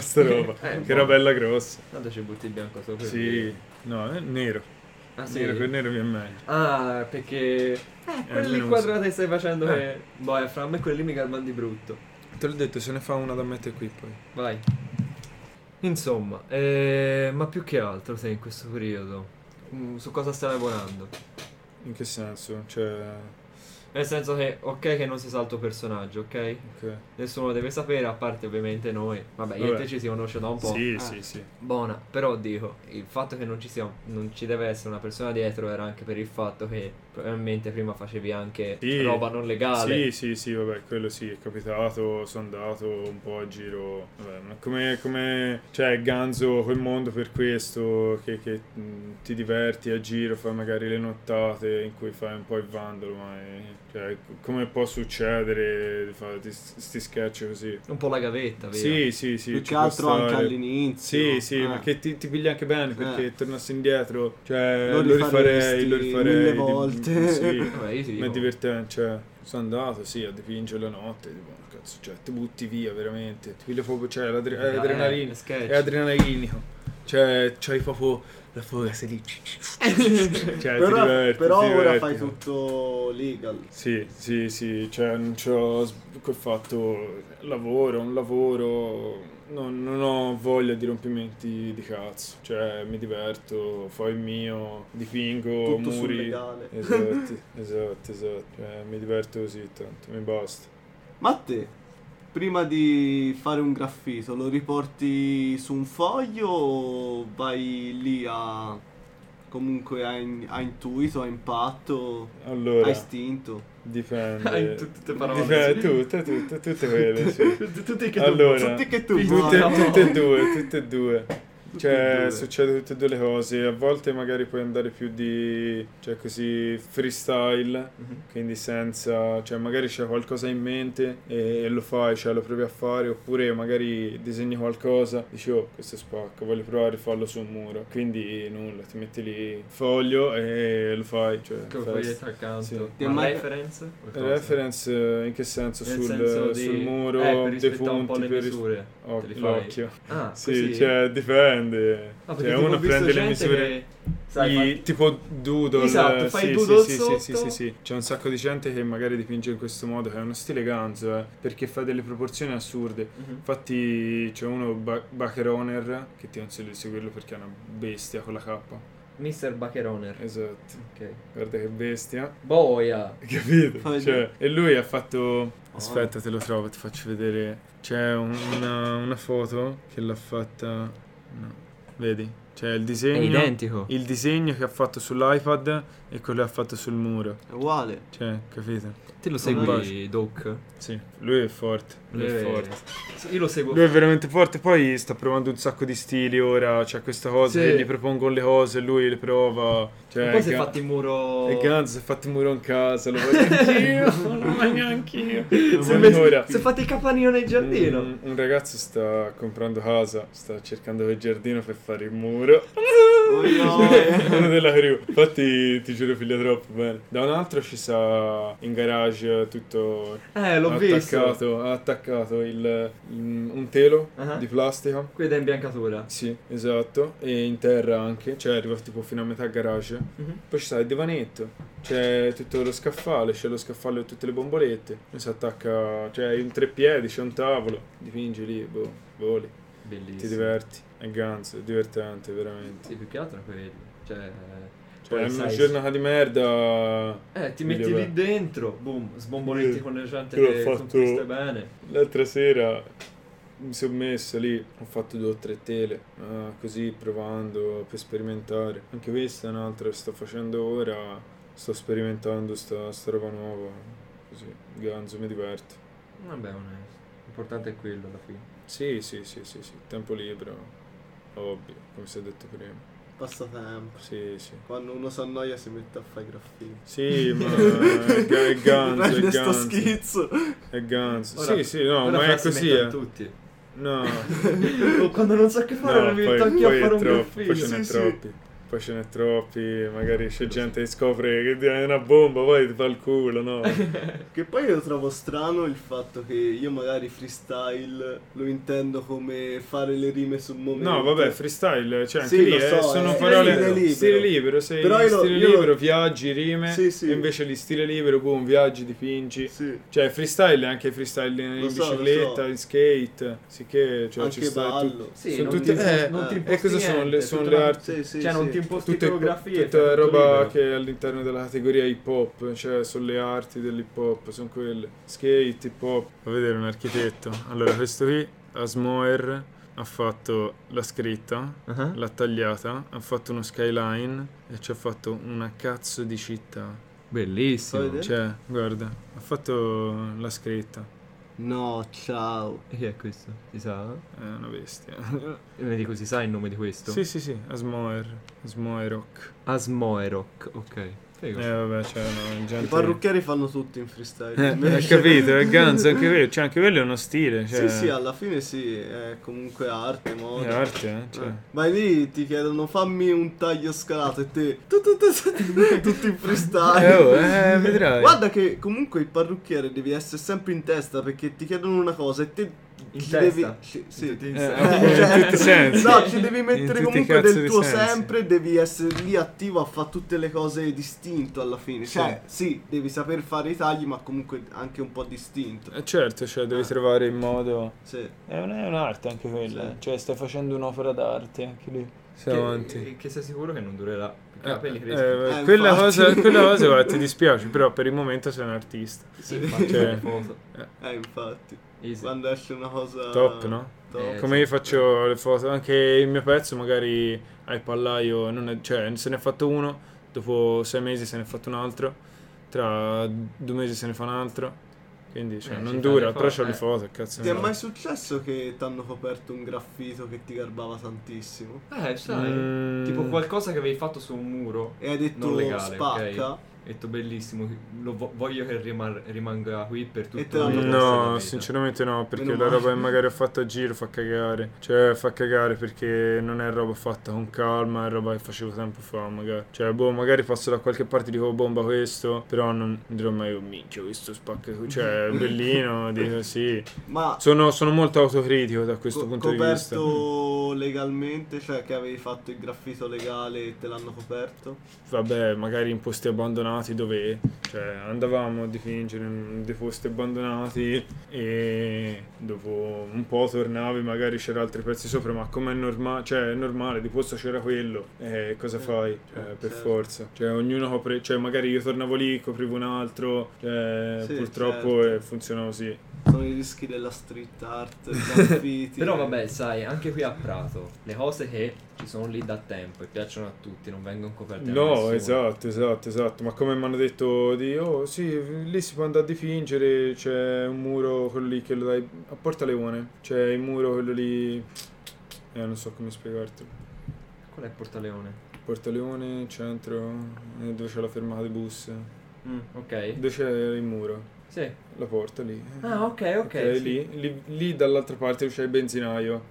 Speaker 3: sta roba,
Speaker 1: Eh,
Speaker 3: che era
Speaker 1: boh.
Speaker 3: bella grossa.
Speaker 1: Tanto ci butti il bianco sopra.
Speaker 3: Sì, no, è nero.
Speaker 1: Ah, sì?
Speaker 3: Nero, quel nero vi è meglio.
Speaker 1: Ah, perché... Eh, quelli
Speaker 3: almeno
Speaker 1: quadrati che stai facendo
Speaker 3: Eh.
Speaker 1: che... Boh, fra me quelli mi garbano di brutto.
Speaker 3: Te l'ho detto, se ne fa una da mettere qui poi.
Speaker 1: Vai. Insomma, eh, ma più che altro sei in questo periodo? Mm, su cosa stai lavorando?
Speaker 3: In che senso? Cioè,
Speaker 1: Nel senso che, ok, che non si salto personaggio, ok?
Speaker 3: Ok.
Speaker 1: Nessuno deve sapere, a parte ovviamente noi. Vabbè, io e
Speaker 3: Vabbè.
Speaker 1: te ci si conosce da un po'. Eh.
Speaker 3: Sì,
Speaker 2: Ah.
Speaker 3: sì, sì.
Speaker 1: Buona, però dico, il fatto che non ci sia, non ci deve essere una persona dietro era anche per il fatto che probabilmente prima facevi anche
Speaker 3: Sì.
Speaker 1: roba non legale.
Speaker 3: Sì, sì, sì, vabbè, quello sì, è capitato, sono andato un po' a giro, vabbè, ma come, come cioè, ganzo quel mondo per questo, che, che, mh, ti diverti a giro, fai magari le nottate in cui fai un po' il vandalo, ma è- cioè, come può succedere di fare sti- sti sketch così?
Speaker 1: Un po' la gavetta, vero?
Speaker 3: Sì, sì, sì.
Speaker 2: più
Speaker 3: ci
Speaker 2: che
Speaker 3: può
Speaker 2: altro anche
Speaker 3: stare.
Speaker 2: all'inizio.
Speaker 3: Sì, sì,
Speaker 2: eh.
Speaker 3: perché ti, ti piglia anche bene, perché
Speaker 2: Eh.
Speaker 3: tornassi indietro, cioè,
Speaker 2: Lo
Speaker 3: lo rifarei,
Speaker 2: rifaresti
Speaker 3: lo rifarei.
Speaker 2: mille
Speaker 3: di-
Speaker 2: volte.
Speaker 3: sì.
Speaker 1: Vabbè, io ti
Speaker 3: Ma
Speaker 1: dico,
Speaker 3: è divertente, cioè, sono andato, sì, a dipingere la notte, tipo, cazzo, cioè, ti butti via, veramente, ti piglia proprio, cioè, l'adre- è
Speaker 1: eh,
Speaker 3: adrenalina,
Speaker 1: sketch.
Speaker 3: è adrenalinico, cioè, c'hai proprio la fuga, sei
Speaker 1: Eh,
Speaker 3: lì, cioè, ti
Speaker 2: però
Speaker 3: diverti,
Speaker 2: però
Speaker 3: ti
Speaker 2: ora
Speaker 3: diverti.
Speaker 2: fai tutto legal.
Speaker 3: Sì, sì, sì, cioè, non c'ho, s- che ho fatto lavoro, un lavoro, non, non ho voglia di rompimenti di cazzo, cioè, mi diverto, fai il mio, dipingo,
Speaker 2: tutto sul
Speaker 3: muri...
Speaker 2: legale.
Speaker 3: Esatto, esatto, esatto. Cioè, mi diverto così tanto, mi basta.
Speaker 2: Ma te, prima di fare un graffito, lo riporti su un foglio o vai lì a... comunque a, in- a intuito, a impatto,
Speaker 3: Allora,
Speaker 2: a istinto?
Speaker 3: dipende.
Speaker 1: Tut- tutte parole,
Speaker 3: Dipende,
Speaker 1: sì.
Speaker 3: tutte, tutte, tutte quelle, sì.
Speaker 1: Tutti- tutti che-
Speaker 3: Allora,
Speaker 2: Tutti che tu
Speaker 3: tutte,
Speaker 2: vuoi.
Speaker 3: tutte e due, tutte e due.
Speaker 2: Tutti e
Speaker 3: Cioè,
Speaker 2: due.
Speaker 3: succede tutte e due le cose. A volte magari puoi andare più di, cioè così, freestyle,
Speaker 1: Mhm.
Speaker 3: quindi senza, cioè magari c'è qualcosa in mente e, e lo fai, cioè lo provi a fare, oppure magari disegni qualcosa, dici oh questo è spacco, voglio provare a farlo su un muro, quindi nulla, ti metti lì foglio e lo fai, cioè
Speaker 1: Che
Speaker 3: fai-
Speaker 1: foglietto accanto.
Speaker 3: Sì.
Speaker 1: Ma
Speaker 2: Ti è mai-
Speaker 1: reference?
Speaker 3: Reference eh, in che senso?
Speaker 1: Nel
Speaker 3: Sul,
Speaker 1: senso di-
Speaker 3: sul muro,
Speaker 1: eh, per
Speaker 3: dei
Speaker 1: rispettare un po'
Speaker 3: punti,
Speaker 1: le
Speaker 3: per ris-
Speaker 1: misure.
Speaker 3: Oh,
Speaker 1: te li fai?
Speaker 3: l'occhio.
Speaker 1: Ah,
Speaker 3: Sì,
Speaker 1: così?
Speaker 3: cioè dipende.
Speaker 1: Ah, perché
Speaker 3: cioè,
Speaker 1: tipo
Speaker 3: uno
Speaker 1: ho visto
Speaker 3: prende le
Speaker 1: gente
Speaker 3: misure.
Speaker 1: che- sai,
Speaker 3: i-
Speaker 1: fai-
Speaker 3: Tipo doodle.
Speaker 1: Esatto, fai
Speaker 3: sì,
Speaker 1: doodle
Speaker 3: sì, sì,
Speaker 1: sotto.
Speaker 3: sì, sì, sì, sì. C'è un sacco di gente che magari dipinge in questo modo, che è uno stile ganzo, eh, perché fa delle proporzioni assurde.
Speaker 1: Mhm.
Speaker 3: Infatti c'è uno, Ba- Bacheroner, che ti consiglio di seguirlo perché è una bestia con la K.
Speaker 1: Mr. Bacheroner.
Speaker 3: Esatto,
Speaker 1: Ok.
Speaker 3: guarda che bestia.
Speaker 1: Boia.
Speaker 3: Capito?
Speaker 2: Fai
Speaker 3: Cioè, e lui ha fatto.
Speaker 2: Oh.
Speaker 3: Aspetta, te lo trovo, ti faccio vedere. C'è un- una, una foto che l'ha fatta. No. Vedi? C'è il disegno.
Speaker 1: identico.
Speaker 3: Il disegno che ha fatto sull'iPad e quello che ha fatto sul muro.
Speaker 2: È uguale.
Speaker 3: Cioè, capito?
Speaker 1: Te lo
Speaker 3: segui,
Speaker 1: Doc?
Speaker 3: Sì, lui è forte. Lui è forte.
Speaker 1: Io lo seguo.
Speaker 3: Lui è veramente forte. Poi sta provando un sacco di stili ora. C'è questa cosa
Speaker 1: Sì.
Speaker 3: che gli propongono le cose, lui le prova. Cioè,
Speaker 1: E poi si è
Speaker 3: ga-
Speaker 1: fatto il muro.
Speaker 3: E Ganzo si è fatto il muro in casa, lo voglio anch'io, lo voglio anch'io. Lo
Speaker 1: Si è
Speaker 3: voglio
Speaker 1: messo-
Speaker 3: ora. Mm.
Speaker 1: si è fatto il campanino nel giardino.
Speaker 3: Un, un ragazzo sta comprando casa, sta cercando il giardino per fare il muro.
Speaker 2: Oh, no.
Speaker 1: Eh.
Speaker 3: Uno della crew. Infatti ti giuro piglia troppo bene. Da un altro ci sta in garage tutto
Speaker 1: Eh, l'ho visto.
Speaker 3: attaccato, ha attaccato il- il- un telo
Speaker 1: Ah.
Speaker 3: di plastica.
Speaker 1: Quella è imbiancatura.
Speaker 3: Sì, esatto. E in terra anche, cioè arriva tipo fino a metà garage.
Speaker 1: Mhm.
Speaker 3: Poi ci sta il divanetto, c'è tutto lo scaffale, c'è lo scaffale e tutte le bombolette. E si attacca, cioè in tre piedi c'è un tavolo, dipingi lì, boh, voli,
Speaker 1: Bellissimo.
Speaker 3: ti diverti. È ganzo, è divertente veramente.
Speaker 1: Sì, più che altro quello. Cioè.
Speaker 3: Cioè, è una
Speaker 1: sai-
Speaker 3: giornata di merda.
Speaker 1: Eh, ti
Speaker 3: Quindi,
Speaker 1: metti lì
Speaker 3: beh.
Speaker 1: dentro, boom, sbomboletti
Speaker 3: Io-
Speaker 1: con le gente
Speaker 3: io l'ho
Speaker 1: che
Speaker 3: fatto-
Speaker 1: conquista bene.
Speaker 3: L'altra sera mi sono messo lì, ho fatto due o tre tele, eh, così provando per sperimentare. Anche questa è un'altra che sto facendo ora, sto sperimentando sta, sta roba nuova. Così, ganzo, mi diverto.
Speaker 1: Vabbè, onesto. L'importante è quello alla fine.
Speaker 3: Sì, sì, sì, sì, sì, tempo libero, ovvio, come si è detto prima.
Speaker 2: Passatempo.
Speaker 3: Sì, sì.
Speaker 2: Quando uno si annoia si mette a fare graffiti.
Speaker 3: Sì, ma è ga- è ganzo,
Speaker 2: Prende
Speaker 3: è
Speaker 2: sto
Speaker 3: ganzo,
Speaker 2: schizzo.
Speaker 3: è ganzo.
Speaker 1: Ora-
Speaker 3: Sì, sì, no,
Speaker 1: Ora
Speaker 3: ma
Speaker 1: fra
Speaker 3: è
Speaker 1: si
Speaker 3: così,
Speaker 1: mettono
Speaker 3: eh.
Speaker 1: tutti.
Speaker 3: No,
Speaker 1: Oh, Quando non so che fare,
Speaker 3: No,
Speaker 1: non mi metto anch'io a
Speaker 3: poi è
Speaker 1: fare un
Speaker 3: troppo,
Speaker 1: graffito.
Speaker 3: Poi ce n'è
Speaker 2: Sì, sì.
Speaker 3: troppi. Poi ce n'è troppi, magari c'è gente che scopre che è una bomba, poi ti fa il culo, no?
Speaker 2: Che poi io trovo strano il fatto che io magari freestyle lo intendo come fare le rime sul momento.
Speaker 3: No, vabbè, freestyle, cioè anche
Speaker 2: Sì,
Speaker 3: lì
Speaker 2: lo so,
Speaker 3: eh, sono
Speaker 2: è
Speaker 1: stile
Speaker 3: parole
Speaker 2: libero.
Speaker 3: stile libero, sei
Speaker 2: Però io lo-
Speaker 3: stile
Speaker 2: io lo-
Speaker 3: libero, viaggi, rime,
Speaker 2: Sì, sì.
Speaker 3: e invece lì stile libero, boom, viaggi, dipingi.
Speaker 2: Sì.
Speaker 3: Cioè, freestyle è anche freestyle in
Speaker 2: Lo so, lo
Speaker 3: bicicletta,
Speaker 2: so.
Speaker 3: in skate, sì che, cioè
Speaker 2: anche
Speaker 3: ci sta tutto.
Speaker 2: ballo.
Speaker 1: Sì,
Speaker 3: Sono
Speaker 1: non
Speaker 3: tutti-
Speaker 1: ti-
Speaker 3: eh,
Speaker 1: non ti
Speaker 2: eh,
Speaker 3: E
Speaker 1: imposti
Speaker 3: cosa sono le,
Speaker 1: niente,
Speaker 3: sono
Speaker 1: tutta
Speaker 3: le
Speaker 1: la-
Speaker 3: arti?
Speaker 2: Sì, sì,
Speaker 1: cioè, non
Speaker 2: sì.
Speaker 1: ti in posti
Speaker 3: tutte,
Speaker 1: coreografie.
Speaker 3: tutta
Speaker 1: fai tutto
Speaker 3: roba
Speaker 1: libero.
Speaker 3: che è all'interno della categoria hip hop, cioè sono le arti dell'hip hop, sono quelle. Skate, hip hop. A vedere un architetto. Allora, questo qui, Asmoer, ha fatto la scritta,
Speaker 1: Ah.
Speaker 3: l'ha tagliata, ha fatto uno skyline e ci ha fatto una cazzo di città.
Speaker 1: Bellissimo.
Speaker 2: Fai vedere?
Speaker 3: Cioè, guarda, ha fatto la scritta.
Speaker 2: No, ciao.
Speaker 1: E chi è questo? Si sa?
Speaker 3: È una bestia.
Speaker 1: Ne dico si sa il nome di questo?
Speaker 3: sì, sì, sì, Asmoer. Asmoeroc.
Speaker 1: Asmoeroc, ok.
Speaker 3: Eh,
Speaker 1: Figo.
Speaker 3: vabbè, cioè, no,
Speaker 2: I
Speaker 3: gente...
Speaker 2: parrucchieri fanno tutto in freestyle.
Speaker 3: Eh, hai capito, è ganzo anche quello, cioè anche quello è uno stile, cioè,
Speaker 2: Sì, sì, alla fine sì, è comunque arte, moda.
Speaker 3: è arte, eh, cioè.
Speaker 2: Eh, Vai lì, ti chiedono fammi un taglio scalato e te tu, tu, tu, tu, tutti in
Speaker 3: Eh, oh,
Speaker 2: freestyle.
Speaker 3: eh, vedrai.
Speaker 2: Guarda che comunque il parrucchiere devi essere sempre in testa perché ti chiedono una cosa e te
Speaker 1: In
Speaker 2: ci
Speaker 1: testa?
Speaker 2: devi ci- sì.
Speaker 1: Tutti in
Speaker 3: Eh,
Speaker 1: sé.
Speaker 3: appunto, in
Speaker 2: Cioè,
Speaker 3: tutti i sensi.
Speaker 2: No, ci devi
Speaker 3: In tutti
Speaker 2: mettere
Speaker 3: i
Speaker 2: comunque
Speaker 3: cazzo
Speaker 2: del
Speaker 3: di
Speaker 2: tuo
Speaker 3: sensi.
Speaker 2: sempre, devi essere lì attivo a fare tutte le cose distinto alla fine. Cioè, sì, devi saper fare i tagli, ma comunque anche un po' distinto.
Speaker 3: Eh, certo, cioè devi
Speaker 2: Eh.
Speaker 3: trovare il modo.
Speaker 2: Sì.
Speaker 4: È, un- è un'arte anche
Speaker 3: eh.
Speaker 4: quella,
Speaker 2: Sì.
Speaker 4: cioè stai facendo un'opera d'arte anche lì.
Speaker 3: Siamo avanti.
Speaker 1: Che, che sei sicuro che non durerà. Perché i capelli
Speaker 3: Eh,
Speaker 1: crescono.
Speaker 3: eh,
Speaker 2: Eh,
Speaker 3: quella,
Speaker 2: infatti.
Speaker 3: cosa, quella cosa guarda, ti dispiace, però per il momento sei un artista.
Speaker 2: Sì.
Speaker 1: Infatti,
Speaker 3: cioè-
Speaker 1: foto.
Speaker 2: Eh, infatti.
Speaker 1: Easy.
Speaker 2: Quando esce una cosa
Speaker 3: Top, no?
Speaker 2: top.
Speaker 1: Eh,
Speaker 3: Come io faccio le foto, anche il mio pezzo magari al pallaio, non è- cioè se ne è fatto uno, dopo sei mesi se ne è fatto un altro, tra due mesi se ne fa un altro, quindi cioè,
Speaker 1: Eh, ci
Speaker 3: non
Speaker 1: fai
Speaker 3: dura,
Speaker 1: le
Speaker 3: però
Speaker 1: foto,
Speaker 3: c'ho le
Speaker 1: eh.
Speaker 3: foto, cazzo.
Speaker 2: Ti è
Speaker 3: no.
Speaker 2: mai successo che ti hanno coperto un graffito che ti garbava tantissimo?
Speaker 1: Eh, sai.
Speaker 3: Mm.
Speaker 1: Tipo qualcosa che avevi fatto su un muro.
Speaker 2: E hai detto
Speaker 1: Non legale,
Speaker 2: spacca?
Speaker 1: Ho detto bellissimo. Lo vo- voglio che rimar- rimanga qui per
Speaker 2: E te
Speaker 1: tutto
Speaker 2: l'hanno
Speaker 1: resto della
Speaker 3: No,
Speaker 1: vita.
Speaker 3: sinceramente no, perché
Speaker 2: Meno
Speaker 3: la
Speaker 2: male.
Speaker 3: roba che magari ho fatto a giro fa cagare. Cioè, fa cagare perché non è roba fatta con calma, è roba che facevo tempo fa, magari. Cioè, boh, magari passo da qualche parte e dico "Oh, bomba questo, però non dirò mai un minchio, questo spacca qui", Cioè, è bellino, dico sì.
Speaker 2: Ma
Speaker 3: Sono, sono molto autocritico da questo
Speaker 2: co-
Speaker 3: punto di vista.
Speaker 2: coperto legalmente? Cioè che avevi fatto il graffito legale e te l'hanno coperto?
Speaker 3: Vabbè, magari in posti abbandonati dove cioè, andavamo a dipingere in dei posti abbandonati e dopo un po' tornavi, magari c'era altri pezzi sopra, ma com'è normale, cioè è normale, di posto c'era quello, eh, cosa
Speaker 2: Eh,
Speaker 3: fai? Cioè, per
Speaker 2: certo.
Speaker 3: forza. Cioè, ognuno copre, cioè magari io tornavo lì, coprivo un altro, cioè,
Speaker 2: Sì,
Speaker 3: purtroppo
Speaker 2: certo.
Speaker 3: eh, funziona così.
Speaker 2: Sono i rischi della street art, i graffiti.
Speaker 1: Però vabbè, sai, anche qui a Prato, le cose che ci sono lì da tempo e piacciono a tutti, non vengono coperte da
Speaker 3: No,
Speaker 1: nessuno.
Speaker 3: esatto, esatto, esatto. Ma come mi hanno detto di oh sì, lì si può andare a dipingere, c'è un muro quello lì che lo dai a Porta Leone, c'è il muro quello lì. Eh, non so come spiegartelo.
Speaker 1: Qual è Portaleone?
Speaker 3: Porta Leone, centro, eh, dove c'è la fermata di bus,
Speaker 1: Mm, ok.
Speaker 3: dove c'è il muro,
Speaker 1: Sì.
Speaker 3: la porta lì.
Speaker 1: Ah, ok, ok.
Speaker 3: Ok,
Speaker 1: sì.
Speaker 3: lì, lì, lì dall'altra parte c'è il benzinaio,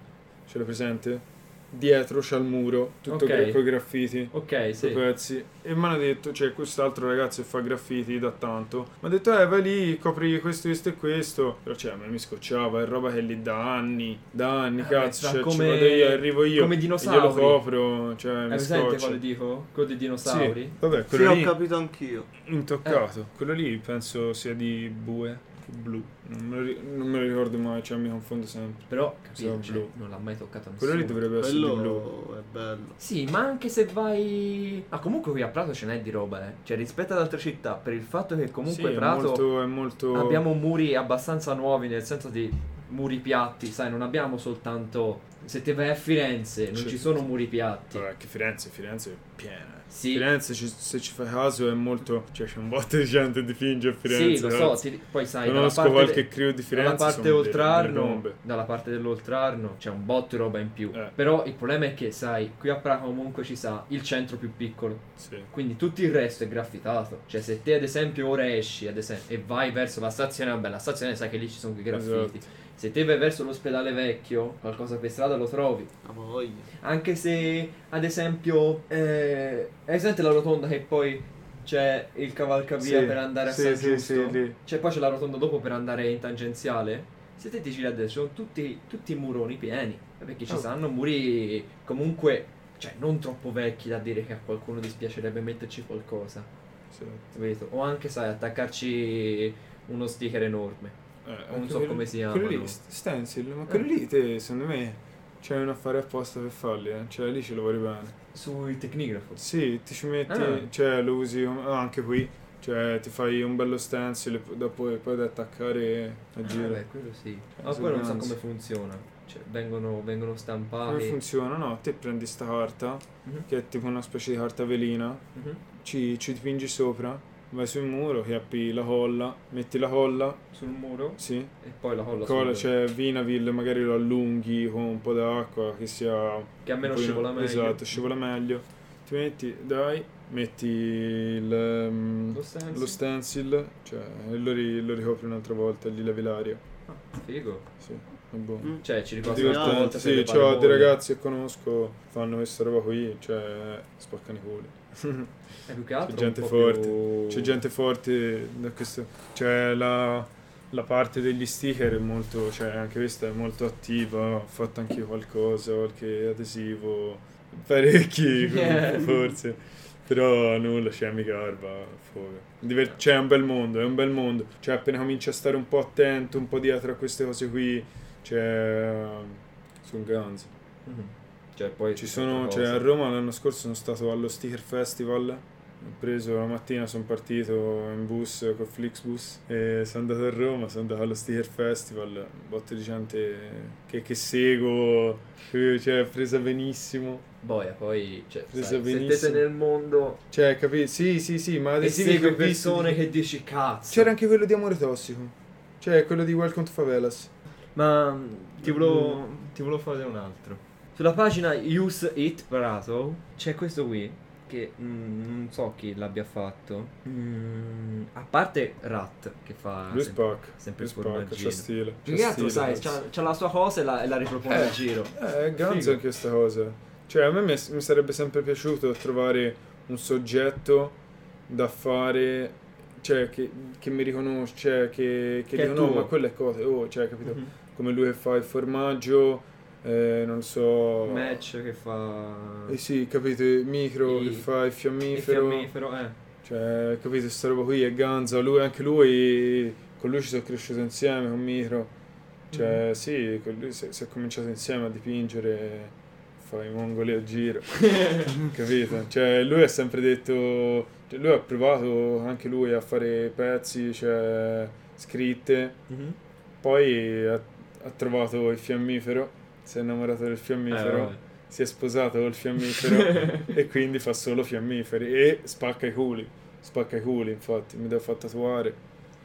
Speaker 3: ce l'hai presente? Dietro c'è il muro,
Speaker 1: Ok.
Speaker 3: tutto gra- con i graffiti.
Speaker 1: Ok,
Speaker 3: quei
Speaker 1: sì.
Speaker 3: pezzi e mi hanno detto cioè quest'altro ragazzo che fa graffiti da tanto mi ha detto eh vai lì copri questo questo e questo però cioè a me mi scocciava è roba che lì da anni da anni
Speaker 1: Eh,
Speaker 3: cazzo
Speaker 1: beh,
Speaker 3: cioè,
Speaker 1: come-
Speaker 3: ci vado io arrivo io
Speaker 1: Come
Speaker 3: e
Speaker 1: dinosauri.
Speaker 3: glielo copro cioè
Speaker 1: Hai
Speaker 3: mi
Speaker 1: presente
Speaker 3: scoccia
Speaker 1: quale dico? Quello dei dinosauri?
Speaker 3: sì, vabbè
Speaker 2: Sì,
Speaker 3: quello
Speaker 2: ho
Speaker 3: lì
Speaker 2: capito anch'io.
Speaker 3: intoccato
Speaker 1: Eh.
Speaker 3: quello lì penso sia di bue blu non me, lo, ri- non me lo ricordo mai cioè mi confondo sempre
Speaker 1: Però, capito,
Speaker 3: Sono
Speaker 1: cioè,
Speaker 3: blu.
Speaker 1: non l'ha mai toccato nessuno.
Speaker 3: quello lì dovrebbe essere di blu
Speaker 2: Quello è bello.
Speaker 1: Sì, ma anche se vai... Ah, comunque qui a Prato ce n'è di roba, eh. Cioè, rispetto ad altre città, per il fatto che comunque
Speaker 3: Sì,
Speaker 1: Prato...
Speaker 3: è molto, è molto...
Speaker 1: Abbiamo muri abbastanza nuovi, nel senso di muri piatti, sai, non abbiamo soltanto... Se te vai a Firenze, non
Speaker 3: Certo.
Speaker 1: ci sono muri piatti.
Speaker 3: Vabbè, che Firenze, Firenze è piena.
Speaker 1: Sì.
Speaker 3: Firenze, ci- se ci fai caso, è molto. Cioè, c'è un botto di gente che dipinge a Firenze.
Speaker 1: sì, lo so,
Speaker 3: ragazzi.
Speaker 1: ti- poi sai, dalla
Speaker 3: Conosco
Speaker 1: parte
Speaker 3: qualche
Speaker 1: de-
Speaker 3: crew di
Speaker 1: dalla
Speaker 3: Firenze.
Speaker 1: parte
Speaker 3: sono delle- delle
Speaker 1: oltrarno,
Speaker 3: bombe.
Speaker 1: dalla parte dell'oltrarno c'è un botto di roba in più.
Speaker 3: Eh.
Speaker 1: Però il problema è che, sai, qui a Prato comunque ci sa il centro più piccolo.
Speaker 3: Sì.
Speaker 1: Quindi tutto il resto è graffitato. Cioè, se te, ad esempio, ora esci ad esempio, e vai verso la stazione, vabbè, la stazione sai che lì ci sono i graffiti.
Speaker 3: Esatto,
Speaker 1: Se te vai verso l'ospedale vecchio, qualcosa per strada lo trovi.
Speaker 2: La voglia.
Speaker 1: Anche se, ad esempio, eh, hai presente la rotonda che poi c'è il cavalcavia
Speaker 3: Sì,
Speaker 1: per andare a
Speaker 3: sì,
Speaker 1: San
Speaker 3: sì,
Speaker 1: Giusto?
Speaker 3: sì, lì.
Speaker 1: Cioè, poi c'è la rotonda dopo per andare in tangenziale? Se te ti giri a destra, sono tutti, tutti i muroni pieni. Eh, Perché ci
Speaker 2: Oh.
Speaker 1: saranno muri comunque, cioè, non troppo vecchi da dire che a qualcuno dispiacerebbe metterci qualcosa.
Speaker 3: Sì. Eh,
Speaker 1: Capito? O anche, sai, attaccarci uno sticker enorme.
Speaker 3: Eh,
Speaker 1: Non
Speaker 3: anche
Speaker 1: so
Speaker 3: quello-
Speaker 1: come Eh. si
Speaker 3: Quello
Speaker 1: chiamano.
Speaker 3: lì, st- stencil. Ma quello lì, te, secondo me. C'è un affare apposta per farli, eh. Cioè, lì ce lo vuoi bene.
Speaker 1: Sul tecnigrafo.
Speaker 3: Sì, ti ci metti,
Speaker 1: Ah.
Speaker 3: cioè lo usi um, ah, anche qui, cioè ti fai un bello stencil e poi- dopo e poi da attaccare a
Speaker 1: Ah,
Speaker 3: giro.
Speaker 1: beh, quello sì.
Speaker 3: Cioè,
Speaker 1: Ma
Speaker 3: se
Speaker 1: poi non so
Speaker 3: anzi.
Speaker 1: come funziona. Cioè, vengono, vengono
Speaker 3: Come
Speaker 1: stampati.
Speaker 3: funziona? No, te prendi sta carta,
Speaker 1: Mhm,
Speaker 3: che è tipo una specie di carta velina,
Speaker 1: mhm.
Speaker 3: ci, ci dipingi sopra, vai sul muro, chiappi la colla, metti la colla,
Speaker 1: Sul muro
Speaker 3: sì,
Speaker 1: e poi la colla.
Speaker 3: colla,
Speaker 1: sul-
Speaker 3: c'è Vinavil, magari lo allunghi con un po' d'acqua, che sia
Speaker 1: Che almeno
Speaker 3: Un po' in-
Speaker 1: scivola meglio.
Speaker 3: Esatto, scivola meglio. Ti metti, dai, metti il, ehm,
Speaker 1: Lo stencil.
Speaker 3: lo stencil, cioè e lo, ri- lo ricopri un'altra volta, gli levi l'aria.
Speaker 1: Figo.
Speaker 3: Sì, è buono.
Speaker 2: Mm.
Speaker 1: Cioè, ci ricordo l'ultima volta
Speaker 3: Divertente,
Speaker 1: per
Speaker 3: sì,
Speaker 1: le
Speaker 3: c'ho dei
Speaker 1: pallavolo.
Speaker 3: ragazzi che conosco, fanno questa roba qui, cioè, spaccano i culi.
Speaker 1: È più che altro
Speaker 3: C'è gente
Speaker 1: un po'
Speaker 3: forte,
Speaker 1: più-
Speaker 3: C'è gente forte da questo, cioè la, la parte degli sticker è molto, cioè anche questa è molto attiva, ho fatto anche io qualcosa, qualche adesivo, parecchi
Speaker 1: Yeah.
Speaker 3: forse, però nulla, c'è mica arba, fuoco. Diver- cioè, è un bel mondo, è un bel mondo, cioè appena cominci a stare un po' attento, un po' dietro a queste cose qui, cioè, sono ganzi.
Speaker 1: Mhm. Cioè, poi
Speaker 3: Ci sono,
Speaker 1: altre
Speaker 3: cioè, a
Speaker 1: cose.
Speaker 3: Roma l'anno scorso sono stato allo Sticker Festival. Ho preso la mattina, sono partito in bus con Flixbus e sono andato a Roma, sono andato allo Sticker Festival. Un botto di gente che, che seguo, che- cioè, presa benissimo.
Speaker 1: Boia, poi. Cioè,
Speaker 3: Presa
Speaker 1: sai, se te sei
Speaker 3: benissimo.
Speaker 1: nel mondo
Speaker 3: Cioè, capito? Sì, sì, sì, ma
Speaker 1: e
Speaker 3: adesso
Speaker 1: si vede persone che dici cazzo.
Speaker 3: C'era anche quello di Amore Tossico. Cioè, quello di Welcome to Favelas.
Speaker 1: Ma mm, ti volevo, ti volevo fare un altro. Sulla pagina Use It Prato c'è questo qui che mm, non so chi l'abbia fatto. Mm, a parte Rat che fa...
Speaker 3: Lui
Speaker 1: sempre-
Speaker 3: spacca.
Speaker 1: Ah, sempre
Speaker 3: lui
Speaker 1: il formaggino.
Speaker 3: spacca, c'ha stile.
Speaker 1: Più
Speaker 3: c'ha
Speaker 1: che altro,
Speaker 3: stile,
Speaker 1: sai,
Speaker 3: cazzo.
Speaker 1: c'ha, c'ha la sua cosa e la, e la ripropone in giro.
Speaker 3: Eh, è ganzo
Speaker 1: Figo.
Speaker 3: anche questa cosa. Cioè, a me mi mi sarebbe sempre piaciuto trovare un soggetto da fare, cioè, che, che mi riconosce, cioè, che, che,
Speaker 1: Che è
Speaker 3: dico, no,
Speaker 1: tuo."
Speaker 3: ma quello è cosa, oh, cioè, capito?
Speaker 1: Mhm.
Speaker 3: Come lui che fa il formaggio, eh, non so...
Speaker 1: Match che fa...
Speaker 3: Eh sì, capito, il micro
Speaker 1: I-
Speaker 3: che fa il
Speaker 1: il
Speaker 3: fiammifero,
Speaker 1: fiammifero, eh.
Speaker 3: cioè, capito, sta roba qui è ganza, lui, anche lui, con lui ci sono cresciuto insieme, con micro, cioè,
Speaker 1: Mm-hmm.
Speaker 3: sì, con lui si è, si è cominciato insieme a dipingere, fai i mongoli a giro,
Speaker 1: Eh, Mm.
Speaker 3: capito? Cioè, lui ha sempre detto, cioè, lui ha provato anche lui a fare pezzi, cioè, scritte,
Speaker 1: Mhm.
Speaker 3: poi ha, ha trovato il fiammifero, si è innamorato del
Speaker 1: Eh,
Speaker 3: fiammifero,
Speaker 1: vabbè.
Speaker 3: si è sposato col fiammifero e quindi fa solo fiammiferi e spacca i culi, spacca i culi, infatti, mi devo far tatuare.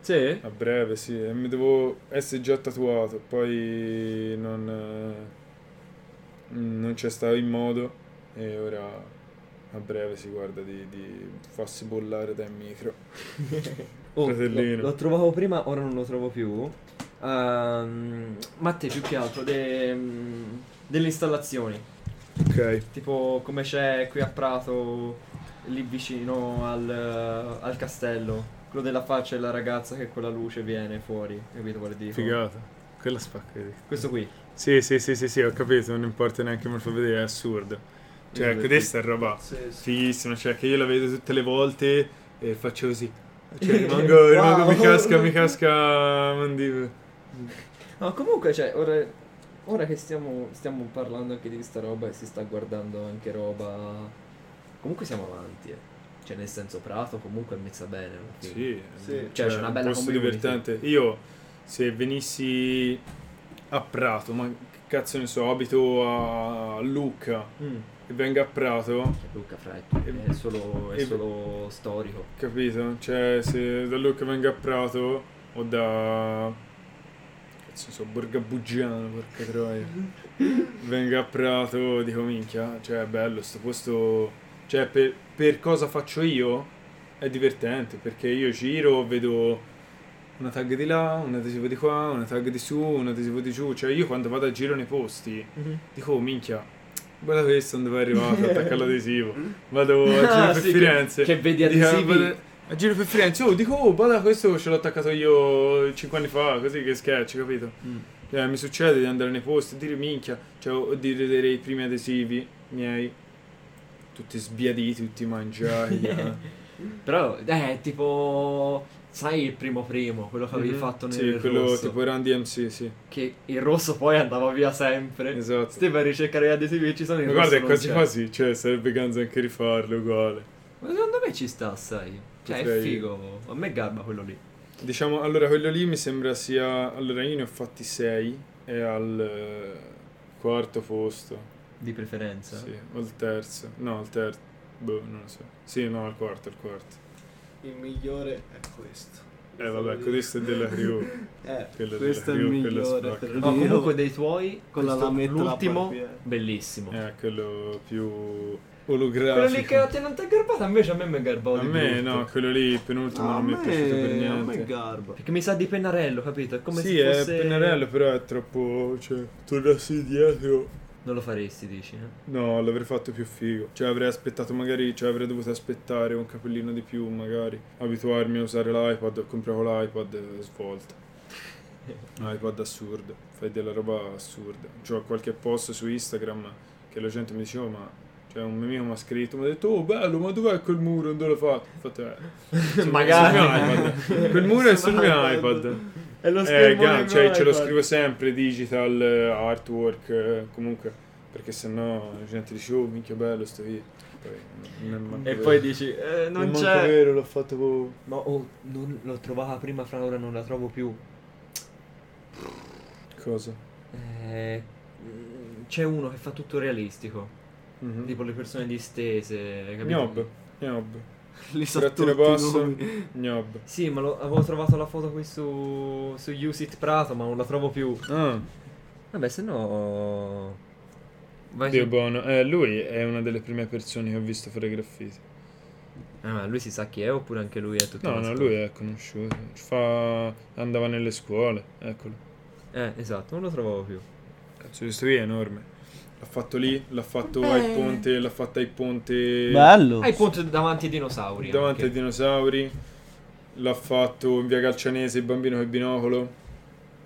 Speaker 1: Sì?
Speaker 3: A breve, sì, e mi devo essere già tatuato, poi non, eh, non c'è stato il modo e ora a breve si guarda di, di farsi bollare dal micro.
Speaker 1: Oh,
Speaker 3: Fratellino.
Speaker 1: lo- l'ho trovato prima, ora non lo trovo più. Ehm, ma te più che altro de- mm, delle installazioni,
Speaker 3: Ok.
Speaker 1: tipo come c'è qui a Prato, lì vicino al, eh, al castello, quello della faccia della ragazza che con la luce viene fuori, capito quale dico?
Speaker 3: Figata, quella spacca di...
Speaker 1: Questo qui.
Speaker 3: Sì, sì, sì, sì, sì, ho capito, non importa neanche come lo fa vedere, è assurdo. Cioè,
Speaker 1: Io lo
Speaker 3: questa è roba
Speaker 2: Sì, sì.
Speaker 3: fighissima, cioè che io la vedo tutte le volte e faccio così. Cioè,
Speaker 1: Wow.
Speaker 3: rimango, rimango- mi casca, mi casca, mandibola.
Speaker 1: No, comunque, cioè, ora, ora che stiamo, stiamo parlando anche di sta roba e si sta guardando anche roba... Comunque siamo avanti, eh. Cioè, nel senso, Prato comunque è messa bene alla fine.
Speaker 3: Sì,
Speaker 2: Sì.
Speaker 1: Cioè, c'è una
Speaker 3: un
Speaker 1: bella
Speaker 3: posto
Speaker 1: community.
Speaker 3: divertente. Io se venissi a Prato, ma che cazzo ne so, abito a Lucca
Speaker 1: Mm.
Speaker 3: e venga a Prato,
Speaker 1: Luca Cioè, fra è,
Speaker 3: E-
Speaker 1: è solo, è
Speaker 3: e-
Speaker 1: solo storico.
Speaker 3: capito? Cioè, se da Lucca venga a Prato o da cazzo ne so, Borgabugiano, porca troia. venga a Prato, dico minchia, cioè è bello sto posto, cioè per, per cosa faccio io è divertente perché io giro, vedo una tag di là, un adesivo di qua, una tag di su, un adesivo di giù, cioè io quando vado a giro nei posti dico "Oh, minchia, guarda questo dove è arrivato, attacca l'adesivo, vado a giro
Speaker 1: Ah,
Speaker 3: per
Speaker 1: sì, che-
Speaker 3: Firenze.
Speaker 1: Che vedi
Speaker 3: Dico,
Speaker 1: adesivi.
Speaker 3: "Vado A giro per Firenze, oh, dico, oh, guarda questo ce l'ho attaccato io 5 anni fa, così che sketch, capito?
Speaker 1: Mm.
Speaker 3: Cioè, mi succede di andare nei posti e dire minchia, cioè, o di vedere i primi adesivi miei, tutti sbiaditi, tutti mangiati. eh.
Speaker 1: Però, eh, tipo... Sai il primo primo, quello che avevi
Speaker 3: Mhm.
Speaker 1: fatto nel
Speaker 3: Sì, quello
Speaker 1: rosso,
Speaker 3: tipo Run DMC, sì.
Speaker 1: che il rosso poi andava via sempre.
Speaker 3: Esatto.
Speaker 1: Ste vai a ricercare gli adesivi che ci sono in
Speaker 3: Ma guarda,
Speaker 1: rosso
Speaker 3: è
Speaker 1: Eh, non
Speaker 3: quasi
Speaker 1: c'è.
Speaker 3: quasi, cioè sarebbe ganzo anche rifarlo uguale.
Speaker 1: Ma secondo me ci sta, sai. Cioè, è
Speaker 3: Potrei-
Speaker 1: figo. A me garba quello lì.
Speaker 3: Diciamo, allora quello lì mi sembra sia... Allora io ne ho fatti 6 e al eh, quarto posto.
Speaker 1: Di preferenza.
Speaker 3: Sì, o al terzo. No, al terzo. Boh, non lo so. Sì, no, al quarto, al quarto.
Speaker 2: Il migliore è questo.
Speaker 3: Eh vabbè, questo è della crew.
Speaker 2: Eh,
Speaker 3: Quello
Speaker 2: questo è
Speaker 3: della crew,
Speaker 2: il
Speaker 3: quello
Speaker 2: migliore.
Speaker 3: spacca. Eh,
Speaker 2: te lo
Speaker 1: No,
Speaker 2: dico.
Speaker 1: comunque dei tuoi,
Speaker 2: Con la
Speaker 1: questo-
Speaker 2: lametta alla
Speaker 1: l'ultimo,
Speaker 2: barbiera.
Speaker 1: bellissimo.
Speaker 3: Eh, quello più
Speaker 1: Quello lì che a
Speaker 3: olografico.
Speaker 1: te non ti è garbato, invece a me mi è garbato
Speaker 3: A
Speaker 1: di
Speaker 3: me
Speaker 1: brutto.
Speaker 3: no, quello lì penultimo
Speaker 2: a
Speaker 3: non mi è
Speaker 2: me-
Speaker 3: piaciuto per
Speaker 2: A me
Speaker 3: niente.
Speaker 2: garba.
Speaker 1: Perché mi sa di pennarello, capito? È come
Speaker 3: sì,
Speaker 1: se fosse...
Speaker 3: è pennarello, però è troppo. Cioè, tornassi dietro.
Speaker 1: Non lo faresti, dici, eh?
Speaker 3: No, l'avrei fatto più figo. Cioè, avrei aspettato magari, cioè, avrei dovuto aspettare un capellino di più, magari. Abituarmi a usare l'iPad, ho comprato l'iPad eh, svolta. iPad assurdo, fai della roba assurda. C'ho qualche post su Instagram che la gente mi diceva, ma cioè un mio amico mi ha scritto, mi ha detto, oh bello, ma dov'è quel muro? Dove l'ho fatto? Ho fatto, eh, sul-
Speaker 1: Magari.
Speaker 3: sul mio iPad. Quel muro è sul mio
Speaker 2: iPad.
Speaker 3: iPad.
Speaker 1: È lo
Speaker 3: Eh,
Speaker 1: schermo
Speaker 3: ga-
Speaker 1: del
Speaker 3: cioè,
Speaker 1: mio
Speaker 3: ce lo
Speaker 1: iPad.
Speaker 3: scrivo sempre, digital, eh, artwork, eh, comunque, perché sennò la gente dice, oh minchia bello sto video. Poi, non è manco
Speaker 1: E
Speaker 3: vero.
Speaker 1: poi dici, eh, non
Speaker 3: manco
Speaker 1: c'è...
Speaker 3: vero, l'ho fatto con...
Speaker 1: Ma oh, non l'ho trovata prima, fra ora non la trovo più.
Speaker 3: Cosa?
Speaker 1: Eh, mm, c'è uno che fa tutto realistico.
Speaker 3: Mhm.
Speaker 1: Tipo le persone distese, capito?
Speaker 3: Gnob, Gnob,
Speaker 2: Li sa tutti
Speaker 3: Grattino
Speaker 2: i
Speaker 3: basso.
Speaker 2: nomi.
Speaker 3: Gnob.
Speaker 1: Sì, ma lo- avevo trovato la foto qui su, su Usit Prato, ma non la trovo più.
Speaker 3: Ah.
Speaker 1: Vabbè, se no... Vai
Speaker 3: Dio
Speaker 1: su-
Speaker 3: buono, Eh, lui è una delle prime persone che ho visto fare graffiti.
Speaker 1: Ah, ma lui si sa chi è oppure anche lui è tutto
Speaker 3: No, no,
Speaker 1: nascosto?
Speaker 3: lui è conosciuto. Fa... Andava nelle scuole, eccolo.
Speaker 1: Eh, esatto, non lo trovavo più.
Speaker 3: Cazzo, questo qui è enorme. L'ha fatto lì, l'ha fatto ai ponte, l'ha fatta ai ponte...
Speaker 4: Bello.
Speaker 1: Hai il punto davanti ai dinosauri.
Speaker 3: Davanti ai
Speaker 1: anche.
Speaker 3: dinosauri. L'ha fatto in via Calcianese il bambino col binocolo.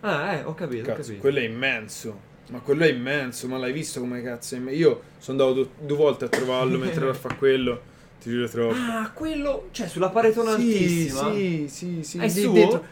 Speaker 1: Ah, eh, ho capito, ho
Speaker 3: Cazzo,
Speaker 1: capito.
Speaker 3: quello è immenso. Ma quello è immenso, ma l'hai visto come cazzo è imme- Io sono andato du- due volte a trovarlo mentre era a fa quello. Ti giuro troppo.
Speaker 1: Ah, quello, cioè sulla paretona altissima.
Speaker 3: Sì, sì, sì.
Speaker 1: Ah, È
Speaker 3: lì
Speaker 1: suo?
Speaker 3: dentro-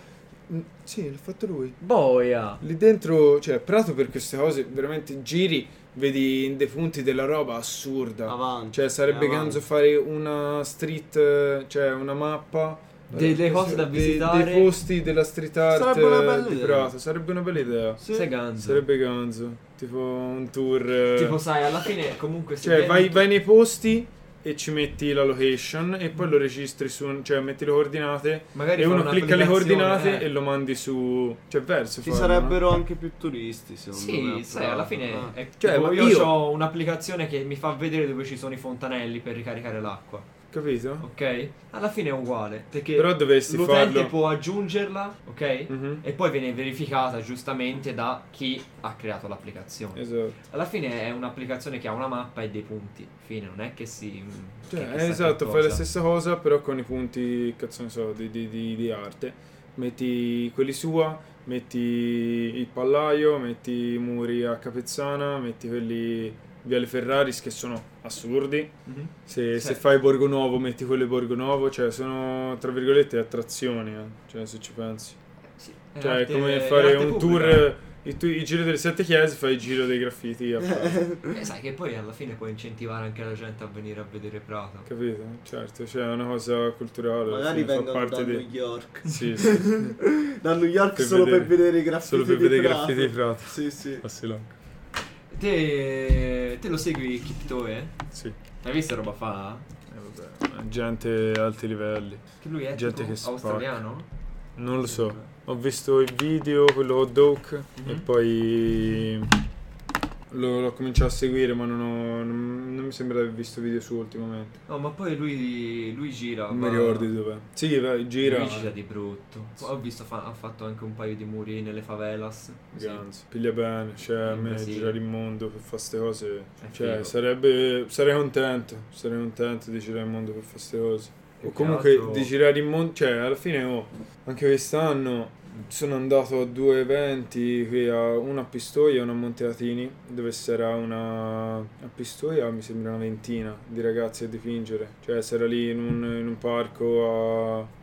Speaker 3: Mm, Sì, l'ha fatto lui.
Speaker 1: Boia.
Speaker 3: Lì dentro, cioè, Prato per queste cose, veramente giri, vedi dei punti della roba assurda.
Speaker 2: Avanti.
Speaker 3: Cioè, sarebbe
Speaker 2: avanti.
Speaker 3: ganzo fare una street, eh, cioè una mappa.
Speaker 1: Delle
Speaker 3: eh,
Speaker 1: cose da
Speaker 3: dei-
Speaker 1: visitare.
Speaker 3: Dei posti della street art
Speaker 2: Sarebbe una bella
Speaker 3: eh, di
Speaker 2: idea.
Speaker 3: Prato, sarebbe una bella idea.
Speaker 2: Sì.
Speaker 1: Sei ganzo.
Speaker 3: Sarebbe ganzo, tipo un tour. eh,
Speaker 1: Tipo, sai, alla fine comunque se
Speaker 3: cioè,
Speaker 1: vieni-
Speaker 3: vai, vai nei posti e ci metti la location e poi lo registri su, cioè metti le coordinate
Speaker 1: magari
Speaker 3: e
Speaker 1: fa
Speaker 3: uno
Speaker 1: una
Speaker 3: clicca le
Speaker 1: applicazione,
Speaker 3: coordinate
Speaker 1: eh.
Speaker 3: e lo mandi su, cioè verso.
Speaker 2: Ci
Speaker 3: farlo,
Speaker 2: sarebbero anche più turisti, secondo me.
Speaker 1: Sì,
Speaker 2: a
Speaker 1: sai, alla
Speaker 2: Prato,
Speaker 1: fine
Speaker 2: eh.
Speaker 1: è-
Speaker 3: Cioè,
Speaker 1: tipo,
Speaker 3: ma
Speaker 1: io,
Speaker 3: io-
Speaker 1: ho un'applicazione che mi fa vedere dove ci sono i fontanelli per ricaricare l'acqua,
Speaker 3: no? Capito?
Speaker 1: ok? Alla fine è uguale, perché
Speaker 3: Però dovresti
Speaker 1: l'utente
Speaker 3: farlo.
Speaker 1: può aggiungerla, ok?
Speaker 3: Mhm.
Speaker 1: E poi viene verificata giustamente da chi ha creato l'applicazione.
Speaker 3: Esatto.
Speaker 1: Alla fine è un'applicazione che ha una mappa e dei punti. Fine, non è che si. mm,
Speaker 3: Cioè,
Speaker 1: che
Speaker 3: eh,
Speaker 1: chissà che
Speaker 3: esatto, fai
Speaker 1: cosa.
Speaker 3: la stessa cosa, però con i punti, cazzo ne so, di, di- di- di arte. Metti quelli sua, metti il pallaio, metti i muri a Capezzana, metti quelli Viale Ferraris che sono assurdi.
Speaker 1: Mhm.
Speaker 3: Se,
Speaker 1: Sì.
Speaker 3: se fai Borgo Nuovo, metti quello di Borgo Nuovo, cioè sono tra virgolette attrazioni, eh, cioè se ci pensi.
Speaker 1: Sì,
Speaker 3: Cioè,
Speaker 1: arte-
Speaker 3: è come
Speaker 1: è
Speaker 3: fare
Speaker 1: arte
Speaker 3: un
Speaker 1: pubblica.
Speaker 3: tour, il, tu- il giro delle sette chiese, fai il giro dei graffiti a Prato,
Speaker 1: Eh, sai che poi alla fine può incentivare anche la gente a venire a vedere Prato.
Speaker 3: capito? Certo, cioè è una cosa culturale, alla
Speaker 2: Magari
Speaker 3: fine fa
Speaker 2: vengono da
Speaker 3: parte
Speaker 2: New
Speaker 3: di...
Speaker 2: York.
Speaker 3: Sì, sì.
Speaker 2: da New York
Speaker 3: Per
Speaker 2: solo
Speaker 3: vedere-
Speaker 2: per vedere i graffiti
Speaker 3: Solo per
Speaker 2: di
Speaker 3: vedere i
Speaker 2: Prato.
Speaker 3: graffiti di Prato.
Speaker 2: Sì, sì.
Speaker 1: Te, te lo segui Kittoe?
Speaker 3: Sì.
Speaker 1: Hai visto roba fa?
Speaker 3: Eh, Gente a alti livelli.
Speaker 1: Che lui è
Speaker 3: Gente
Speaker 1: tipo
Speaker 3: che spacca.
Speaker 1: australiano?
Speaker 3: Non lo so. Ho visto il video, quello con Doke,
Speaker 1: Mhm.
Speaker 3: e poi lo- l'ho cominciato a seguire, ma non, ho- non- non mi sembra di aver visto video su ultimamente.
Speaker 1: No, ma poi lui, lui gira.
Speaker 3: Non
Speaker 1: va-
Speaker 3: mi ricordo di dov'è. Sì, vai, gira.
Speaker 1: Lui gira di brutto. Poi ho visto fa- ha fatto anche un paio di muri nelle favelas. Sì.
Speaker 3: Ganzo. Piglia bene, cioè a
Speaker 1: In
Speaker 3: me
Speaker 1: Brasile.
Speaker 3: girare il mondo per fare queste cose.
Speaker 1: È
Speaker 3: Cioè,
Speaker 1: figo.
Speaker 3: sarebbe. Sarei contento. Sarei contento di girare il mondo per fare queste cose.
Speaker 1: Più
Speaker 3: O
Speaker 1: che
Speaker 3: comunque
Speaker 1: altro-
Speaker 3: di girare il mondo. Cioè, alla fine, oh, anche quest'anno sono andato a due eventi qui a una a Pistoia e una a Monteatini, dove c'era una. A Pistoia mi sembra una ventina di ragazzi a dipingere. Cioè, c'era lì in un, in un parco a.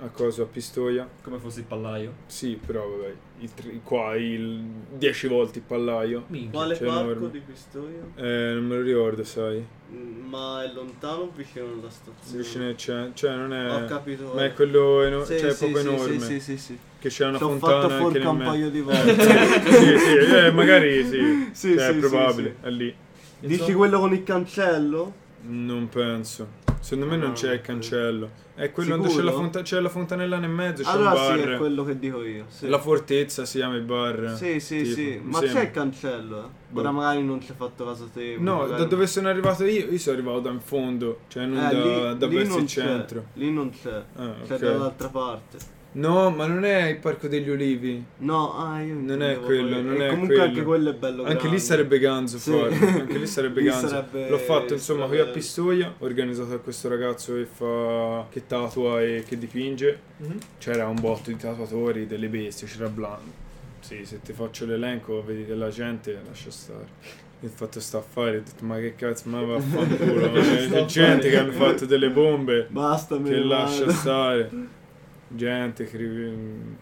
Speaker 3: a cosa a Pistoia.
Speaker 1: Come fosse il pallaio.
Speaker 3: Sì, però vabbè, il tri- qua il 10 volte il pallaio.
Speaker 1: Minchia.
Speaker 2: Quale
Speaker 3: C'è
Speaker 2: parco
Speaker 3: enorme.
Speaker 2: di Pistoia?
Speaker 3: Eh, non me lo ricordo, sai.
Speaker 2: Mm, Ma è lontano o vicino alla stazione?
Speaker 3: Vicino al cen- cioè non è
Speaker 2: Ho capito.
Speaker 3: ma
Speaker 2: eh.
Speaker 3: è quello eno-
Speaker 2: Sì,
Speaker 3: cioè
Speaker 2: sì,
Speaker 3: proprio
Speaker 2: sì,
Speaker 3: enorme
Speaker 2: Sì, sì, sì, sì.
Speaker 3: che c'è una
Speaker 2: Ci ho
Speaker 3: fontana
Speaker 2: fatto
Speaker 3: anche
Speaker 2: forca
Speaker 3: nel
Speaker 2: un
Speaker 3: mezzo. Eh,
Speaker 2: paio di volte.
Speaker 3: sì, sì, eh, magari sì.
Speaker 2: Sì,
Speaker 3: Cioè,
Speaker 2: sì,
Speaker 3: è probabile, è lì.
Speaker 2: Dici quello con il cancello?
Speaker 3: Non penso. Secondo me
Speaker 2: No,
Speaker 3: non
Speaker 2: no,
Speaker 3: c'è il
Speaker 2: no.
Speaker 3: cancello. È quello dove c'è
Speaker 2: Sicuro?
Speaker 3: la, fonta- c'è la fontanella nel mezzo, c'è
Speaker 2: allora sì,
Speaker 3: un
Speaker 2: è
Speaker 3: bar.
Speaker 2: quello che dico io. Sì,
Speaker 3: la fortezza si chiama il bar.
Speaker 2: sì, sì,
Speaker 3: tipo,
Speaker 2: sì.
Speaker 3: mi
Speaker 2: Ma
Speaker 3: sembra.
Speaker 2: c'è il cancello, eh.
Speaker 3: Boh.
Speaker 2: Ora magari non ci hai fatto caso te.
Speaker 3: No,
Speaker 2: magari-
Speaker 3: da dove sono arrivato io? Io sono arrivato da in fondo, cioè non
Speaker 2: Eh,
Speaker 3: da, da verso
Speaker 2: non
Speaker 3: il
Speaker 2: c'è, Cioè,
Speaker 3: centro.
Speaker 2: Lì non c'è.
Speaker 3: Ah,
Speaker 2: C'è
Speaker 3: ok.
Speaker 2: dall'altra parte.
Speaker 3: No, ma non è il Parco degli Olivi.
Speaker 2: No, ah, io
Speaker 3: Non è
Speaker 2: intendevo
Speaker 3: quello,
Speaker 2: poi-
Speaker 3: non
Speaker 2: e
Speaker 3: è
Speaker 2: comunque
Speaker 3: quello.
Speaker 2: anche quello è bello
Speaker 3: Anche lì
Speaker 2: grande.
Speaker 3: sarebbe ganzo
Speaker 2: Sì.
Speaker 3: fuori, anche lì sarebbe
Speaker 2: Lì
Speaker 3: ganzo.
Speaker 2: sarebbe-
Speaker 3: L'ho fatto insomma qui a
Speaker 2: sarebbe-
Speaker 3: Pistoia, organizzato da questo ragazzo che fa che tatua e che dipinge.
Speaker 1: Mhm.
Speaker 3: C'era un botto di tatuatori, delle bestie, c'era Blan. Sì, se ti faccio l'elenco, vedi della gente, lascia stare. Il fatto sta a fare, ho detto ma che cazzo, ma vaffanculo, ma
Speaker 2: Sta a
Speaker 3: c'è
Speaker 2: fare.
Speaker 3: gente che hanno fatto delle bombe
Speaker 2: Basta, me
Speaker 3: che
Speaker 2: ne
Speaker 3: lascia
Speaker 2: vado.
Speaker 3: stare gente che riv-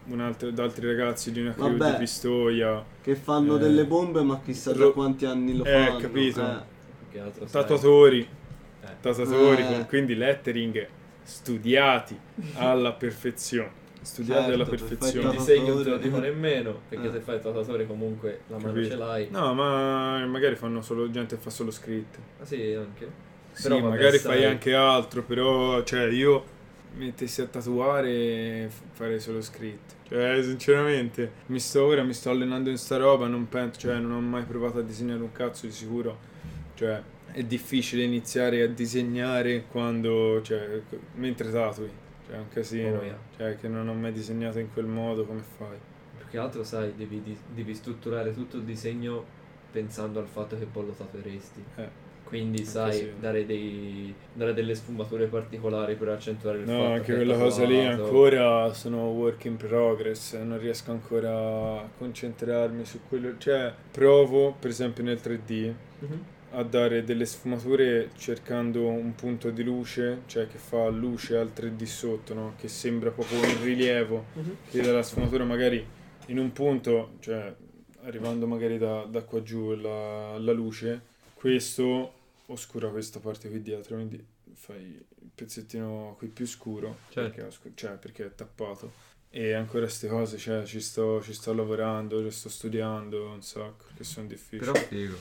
Speaker 3: un altro, da altri ragazzi di una crew
Speaker 2: Vabbè.
Speaker 3: di Pistoia
Speaker 2: Che fanno
Speaker 3: Eh.
Speaker 2: delle bombe, ma chissà da
Speaker 3: Ro-
Speaker 2: quanti anni lo
Speaker 3: Eh,
Speaker 2: fanno.
Speaker 3: capito.
Speaker 1: Che altro sai?
Speaker 3: tatuatori
Speaker 1: Eh.
Speaker 3: tatuatori
Speaker 2: Eh.
Speaker 3: con quindi lettering studiati alla perfezione studiati
Speaker 2: Certo,
Speaker 3: alla
Speaker 2: perfetto.
Speaker 1: Il
Speaker 3: perfezione
Speaker 1: disegno non te lo
Speaker 2: Tatuatore.
Speaker 1: dico nemmeno, perché
Speaker 2: Eh.
Speaker 1: se fai il tatuatore comunque la mano
Speaker 3: Capito.
Speaker 1: ce l'hai.
Speaker 3: no ma magari fanno solo gente che fa solo scritte
Speaker 1: Ah sì, anche.
Speaker 3: sì
Speaker 1: Però vabbè,
Speaker 3: magari
Speaker 1: sai.
Speaker 3: fai anche altro però cioè io mettessi a tatuare f- farei solo scritte cioè sinceramente mi sto ora mi sto allenando in sta roba non penso cioè non ho mai provato a disegnare un cazzo di sicuro cioè è difficile iniziare a disegnare quando cioè c- mentre tatui cioè è un casino
Speaker 1: Oh, yeah.
Speaker 3: cioè che non ho mai disegnato in quel modo come fai
Speaker 1: Più che altro sai, devi, di- devi strutturare tutto il disegno pensando al fatto che poi lo tatueresti.
Speaker 3: Eh.
Speaker 1: Quindi
Speaker 3: Anche
Speaker 1: sai,
Speaker 3: sì.
Speaker 1: dare, dei, dare delle sfumature particolari per accentuare il fatto
Speaker 3: No, anche
Speaker 1: che è
Speaker 3: quella cosa lì
Speaker 1: tatuato.
Speaker 3: ancora sono work in progress, non riesco ancora a concentrarmi su quello, cioè provo per esempio nel 3D
Speaker 1: Mhm.
Speaker 3: a dare delle sfumature cercando un punto di luce, cioè che fa luce al 3D sotto, no? che sembra proprio in rilievo,
Speaker 1: Mhm.
Speaker 3: che dà la sfumatura magari in un punto, cioè arrivando magari da, da qua giù la, la luce, questo oscura questa parte qui dietro, quindi fai il pezzettino qui più scuro,
Speaker 1: Certo.
Speaker 3: perché, è oscu- cioè, perché è tappato. E ancora queste cose, cioè, ci sto, ci sto lavorando, ci sto studiando un sacco, che sono difficili.
Speaker 1: Però figo.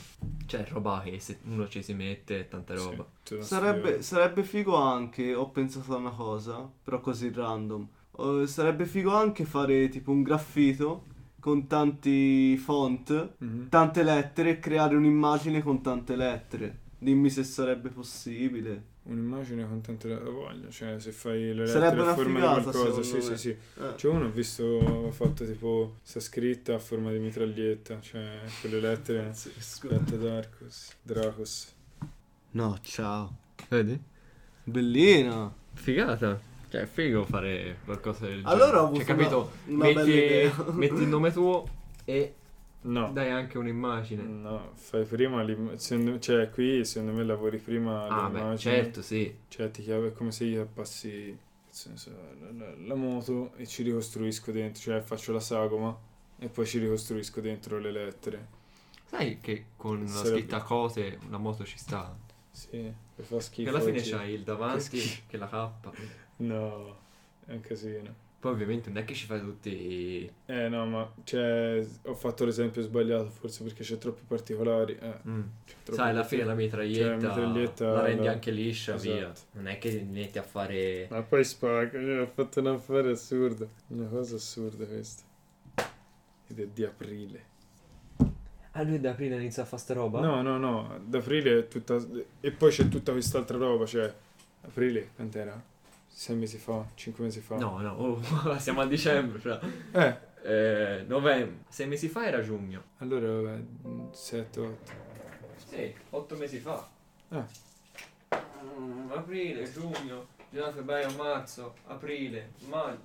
Speaker 1: Cioè, roba che se uno ci si mette è tanta
Speaker 3: Sì,
Speaker 1: roba.
Speaker 3: te lo
Speaker 2: Sarebbe,
Speaker 3: studio.
Speaker 2: sarebbe figo anche, ho pensato a una cosa, però così random. Eh, sarebbe figo anche fare tipo un graffito con tanti font,
Speaker 3: Mhm.
Speaker 2: tante lettere e creare un'immagine con tante lettere. Dimmi se sarebbe possibile.
Speaker 3: Un'immagine con tante la voglia, cioè se fai le
Speaker 2: Sarebbe
Speaker 3: lettere a
Speaker 2: una
Speaker 3: forma
Speaker 2: figata,
Speaker 3: di qualcosa, sì,
Speaker 2: secondo me.
Speaker 3: sì, sì.
Speaker 2: Eh.
Speaker 3: C'è uno ho visto ho fatto tipo sta scritta a forma di mitraglietta, cioè quelle lettere Pentadarcus, Dracus.
Speaker 2: No, ciao.
Speaker 1: Vedi?
Speaker 2: Bellina.
Speaker 1: Figata. Cioè, è figo fare qualcosa del
Speaker 2: Allora ho
Speaker 1: genere.
Speaker 2: avuto
Speaker 1: Cioè, capito?
Speaker 2: una- una
Speaker 1: metti,
Speaker 2: bella idea.
Speaker 1: metti il nome tuo e
Speaker 3: No. Mm.
Speaker 1: dai anche un'immagine.
Speaker 3: No, fai prima l'im- secondo- cioè qui secondo me lavori prima
Speaker 1: Ah, beh,
Speaker 3: l'immagine.
Speaker 1: certo, sì.
Speaker 3: Cioè ti chiave è come se io passi nel senso, la, la- la moto e ci ricostruisco dentro, cioè faccio la sagoma e poi ci ricostruisco dentro le lettere.
Speaker 1: Sai che con la
Speaker 3: Sarebbe-
Speaker 1: scritta cose una moto ci sta.
Speaker 3: Sì, per fa
Speaker 1: Che
Speaker 3: schifo.
Speaker 1: alla fine
Speaker 3: oggi.
Speaker 1: c'hai il davanti, che, è la K.
Speaker 3: No, è un casino.
Speaker 1: Poi ovviamente non è che ci fai tutti i...
Speaker 3: Eh no, ma cioè, ho fatto l'esempio sbagliato forse perché c'è troppi particolari. Eh,
Speaker 1: Mm.
Speaker 3: c'è troppi
Speaker 1: Sai, alla
Speaker 3: particolari.
Speaker 1: fine la mitraglietta,
Speaker 3: Cioè, la mitraglietta,
Speaker 1: la rendi
Speaker 3: la-
Speaker 1: anche liscia, via.
Speaker 3: Esatto.
Speaker 1: Non è che metti a fare...
Speaker 3: Ma poi spacca, cioè, ho fatto un affare assurdo. Una cosa assurda questa. Ed è di aprile.
Speaker 1: Ah, lui da aprile inizia a fare sta roba?
Speaker 3: No, no, no, ad aprile è tutta... E poi c'è tutta quest'altra roba, cioè... Aprile, quant'era? Sei mesi fa, cinque mesi fa.
Speaker 1: No, no, oh, siamo a dicembre, fra.
Speaker 3: Eh,
Speaker 1: Eh, novembre. Sei mesi fa era giugno.
Speaker 3: allora, vabbè, mh, sette, otto.
Speaker 1: Sì, otto mesi fa. Eh.
Speaker 3: Ah.
Speaker 1: Mm, aprile, giugno, gennaio, febbraio, marzo, aprile, maggio.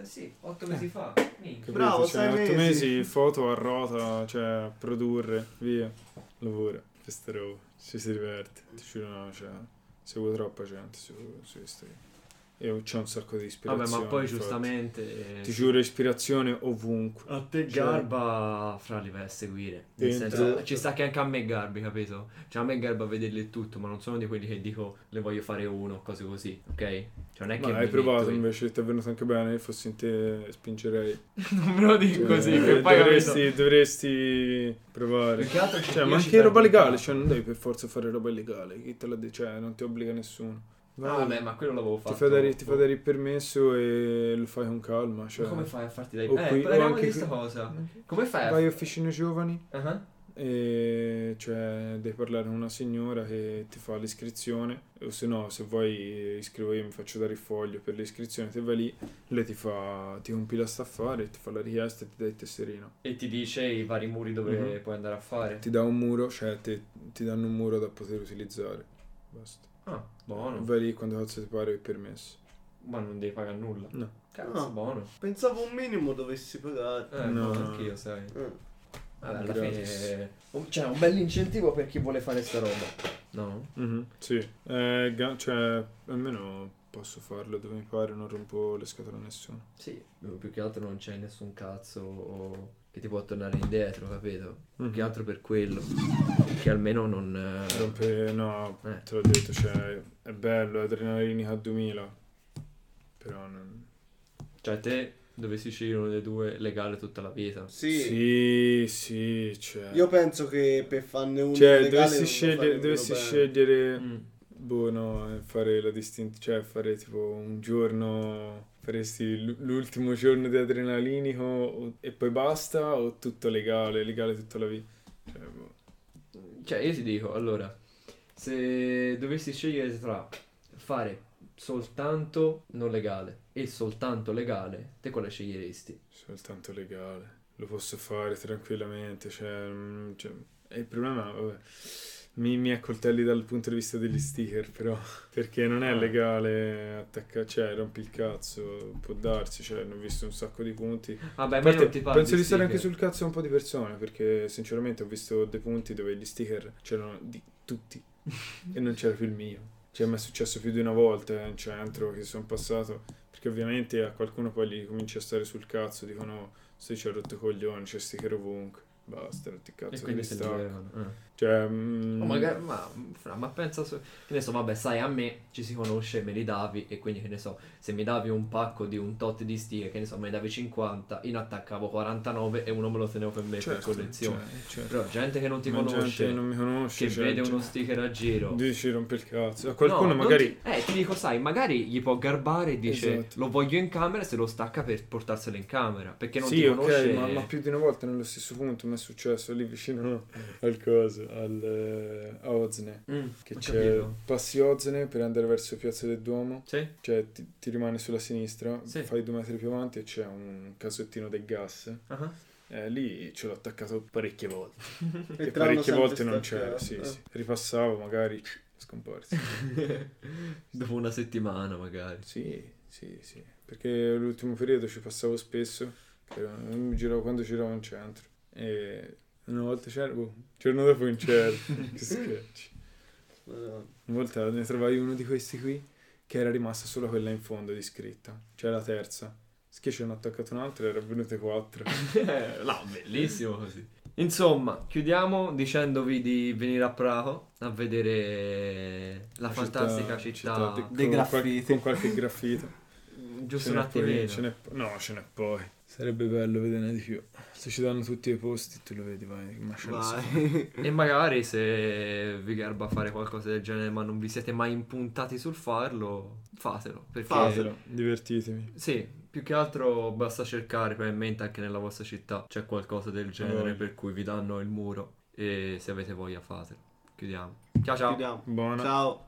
Speaker 1: Eh, sì, otto mesi fa. Minchia.
Speaker 3: Capito?
Speaker 2: Bravo,
Speaker 3: cioè,
Speaker 2: sei
Speaker 3: otto
Speaker 2: mesi.
Speaker 3: mesi, foto a rota, cioè produrre, via. Lavoro, questa roba, ci si diverte, ti giuro no, cioè, seguo troppa gente su, su Instagram. e c'è un sacco di ispirazione.
Speaker 1: Vabbè, ma poi
Speaker 3: infatti.
Speaker 1: giustamente... eh,
Speaker 3: Ti giuro, ispirazione ovunque.
Speaker 1: A te Garba, fra li vai a seguire. Nel
Speaker 3: Dentro.
Speaker 1: senso, ci sta che anche a me Garbi, capito? Cioè, a me Garba a vederle tutto, ma non sono di quelli che dico le voglio fare uno, cose così, ok? Cioè, non è che.
Speaker 3: Ma hai
Speaker 1: mi
Speaker 3: provato
Speaker 1: metto in-
Speaker 3: invece, ti è venuto anche bene, io fossi in te spingerei.
Speaker 1: non me lo dico così,
Speaker 3: Cioè,
Speaker 1: che poi capito.
Speaker 3: dovresti, dovresti provare.
Speaker 1: Più che altro ci-
Speaker 3: Cioè,
Speaker 1: io
Speaker 3: ma
Speaker 1: ci
Speaker 3: anche roba
Speaker 1: perdo il
Speaker 3: legale,
Speaker 1: capo.
Speaker 3: cioè non devi per forza fare roba illegale, chi te la dice, cioè, non ti obbliga nessuno.
Speaker 1: Ah, vabbè, ma quello l'avevo fatto.
Speaker 3: Ti fai, dare, ti fai dare il permesso e lo fai con calma. Cioè.
Speaker 1: Ma come fai a farti dai
Speaker 3: O
Speaker 1: Eh,
Speaker 3: qui- o
Speaker 1: parliamo di
Speaker 3: anche
Speaker 1: questa
Speaker 3: qui-
Speaker 1: cosa. Come fai a.
Speaker 3: Vai a officine giovani
Speaker 1: Ah,
Speaker 3: e cioè, devi parlare con una signora che ti fa l'iscrizione o se no se vuoi iscrivo io mi faccio dare il foglio per l'iscrizione te vai lì lei ti fa ti compila sta affare ti fa la richiesta e ti dà il tesserino
Speaker 1: E ti dice i vari muri dove
Speaker 3: Mhm.
Speaker 1: puoi andare a fare.
Speaker 3: ti dà un muro cioè te- ti danno un muro da poter utilizzare basta
Speaker 1: Ah, buono.
Speaker 3: vai lì quando cazzo ti pare il permesso
Speaker 1: Ma non devi pagare nulla.
Speaker 3: no
Speaker 1: Cazzo,
Speaker 2: No.
Speaker 1: buono.
Speaker 2: Pensavo un minimo dovessi pagare.
Speaker 1: Eh,
Speaker 3: No.
Speaker 1: no, anch'io, sai.
Speaker 2: Eh.
Speaker 1: Vabbè, alla
Speaker 3: Gratis.
Speaker 1: fine un- c'è un bel incentivo per chi vuole fare sta roba. No?
Speaker 3: Mhm, sì Eh, ga- cioè almeno posso farlo dove mi pare non rompo le scatole a nessuno
Speaker 1: Sì. Più che altro non c'è nessun cazzo o- che ti può tornare indietro, capito? Più
Speaker 3: Mhm.
Speaker 1: che altro per quello. Che almeno non... eh,
Speaker 3: Rompe, no,
Speaker 1: Eh.
Speaker 3: te l'ho detto, cioè, è bello, è adrenalinica a 2000, però non...
Speaker 1: Cioè te dovessi scegliere uno dei due legale tutta la vita.
Speaker 2: Sì.
Speaker 3: Sì, sì, cioè...
Speaker 2: Io penso che per farne uno
Speaker 3: cioè,
Speaker 2: legale
Speaker 3: dovessi
Speaker 2: non lo
Speaker 3: scegliere,
Speaker 2: farebbero
Speaker 3: dovessi
Speaker 2: bene.
Speaker 3: scegliere,
Speaker 1: Mm.
Speaker 3: boh, no, eh, fare la distinzione, cioè, fare tipo un giorno, faresti l- l'ultimo giorno di adrenalinico o- e poi basta, o tutto legale, legale tutta la vita? Cioè, boh.
Speaker 1: Cioè io ti dico, allora, se dovessi scegliere tra fare soltanto non legale e soltanto legale, te quale sceglieresti?
Speaker 3: Soltanto legale, lo posso fare tranquillamente, cioè, mm, cioè, e il problema, vabbè, mi, mi accoltelli dal punto di vista degli sticker, però, perché non è legale attaccare, cioè, rompi il cazzo, può darsi, cioè, ne ho visto un sacco di punti.
Speaker 1: Vabbè,
Speaker 3: A
Speaker 1: ma io
Speaker 3: parte,
Speaker 1: non ti parlo
Speaker 3: penso di stare anche
Speaker 1: sticker.
Speaker 3: sul cazzo a un po' di persone, perché sinceramente ho visto dei punti dove gli sticker c'erano di tutti e non c'era più il mio. Cioè, mi è successo più di una volta eh, in centro che sono passato, perché ovviamente a qualcuno poi gli comincia a stare sul cazzo, dicono, "Oh, se ci ha rotto i coglioni, c'è sticker ovunque, basta, rotti il
Speaker 1: E
Speaker 3: cazzo,
Speaker 1: quindi
Speaker 3: devi
Speaker 1: se
Speaker 3: stare.
Speaker 1: lo eh.
Speaker 3: Cioè, mm,
Speaker 1: O magari, ma, fra, ma pensa su... Che ne so, vabbè, sai, a me ci si conosce, me li davi e quindi che ne so, se mi davi un pacco di un tot di sticker, che ne so, me ne davi 50, io ne attaccavo 49 e uno me lo tenevo per me per
Speaker 3: certo,
Speaker 1: collezione.
Speaker 3: cioè, certo.
Speaker 1: Però gente che non ti
Speaker 3: Ma gente
Speaker 1: conosce,
Speaker 3: che non mi conosce,
Speaker 1: che
Speaker 3: cioè,
Speaker 1: vede
Speaker 3: cioè,
Speaker 1: uno sticker a giro...
Speaker 3: Dici rompe il cazzo. A qualcuno
Speaker 1: No, non
Speaker 3: magari...
Speaker 1: ti- eh, ti dico, sai, magari gli può garbare e dice
Speaker 3: Esatto.
Speaker 1: lo voglio in camera e se lo stacca per portarselo in camera. Perché non
Speaker 3: sì,
Speaker 1: ti
Speaker 3: ok,
Speaker 1: conosce.
Speaker 3: ma, ma più di una volta nello stesso punto mi è successo lì vicino al coso, al, eh, a Ozne.
Speaker 1: Mm,
Speaker 3: Che
Speaker 1: ho
Speaker 3: c'è,
Speaker 1: capito.
Speaker 3: passi Ozne per andare verso Piazza del Duomo,
Speaker 1: Sì?
Speaker 3: cioè ti, ti rimane sulla sinistra,
Speaker 1: Sì.
Speaker 3: fai due metri più avanti e c'è un casettino del gas.
Speaker 1: Ah.
Speaker 3: Eh, lì ce l'ho attaccato parecchie volte. E
Speaker 2: tranno
Speaker 3: parecchie
Speaker 2: sempre
Speaker 3: volte non
Speaker 2: staccato,
Speaker 3: c'era, sì,
Speaker 2: eh.
Speaker 3: sì. Ripassavo magari, scomparso.
Speaker 1: Dopo una settimana, magari.
Speaker 3: Sì, sì, sì. Perché l'ultimo periodo ci passavo spesso, che era- mi giravo quando giravo in centro. E una volta c'era, boh, il giorno dopo in c'era. che scherzi.
Speaker 2: Madonna.
Speaker 3: Una volta ne trovai uno di questi qui, che era rimasta solo quella in fondo di scritta, cioè la terza. Che ce ne ho attaccato un'altra e erano venute quattro.
Speaker 1: Eh, no, bellissimo così. Insomma, chiudiamo dicendovi di venire a Prato a vedere la, fantastica città.
Speaker 3: di-
Speaker 2: dei
Speaker 3: con qual-
Speaker 2: graffiti.
Speaker 3: Con qualche graffito.
Speaker 1: Giusto
Speaker 3: Ce
Speaker 1: un
Speaker 3: n'è poi-
Speaker 1: attimino.
Speaker 3: ce n'è po- no, ce n'è poi. Sarebbe bello vederne di più. Se ci danno tutti i posti, tu lo vedi, vai. Ma ce ne sono.
Speaker 2: Vai.
Speaker 1: E magari se vi garba fare qualcosa del genere ma non vi siete mai impuntati sul farlo, fatelo. Perché
Speaker 2: Fatelo.
Speaker 3: Divertitemi.
Speaker 1: Sì, più che altro basta cercare, probabilmente anche nella vostra città c'è qualcosa del genere
Speaker 3: Voglia.
Speaker 1: per cui vi danno il muro e se avete voglia fatelo. Chiudiamo. Ciao ciao.
Speaker 2: Chiudiamo.
Speaker 3: Buona.
Speaker 2: Ciao.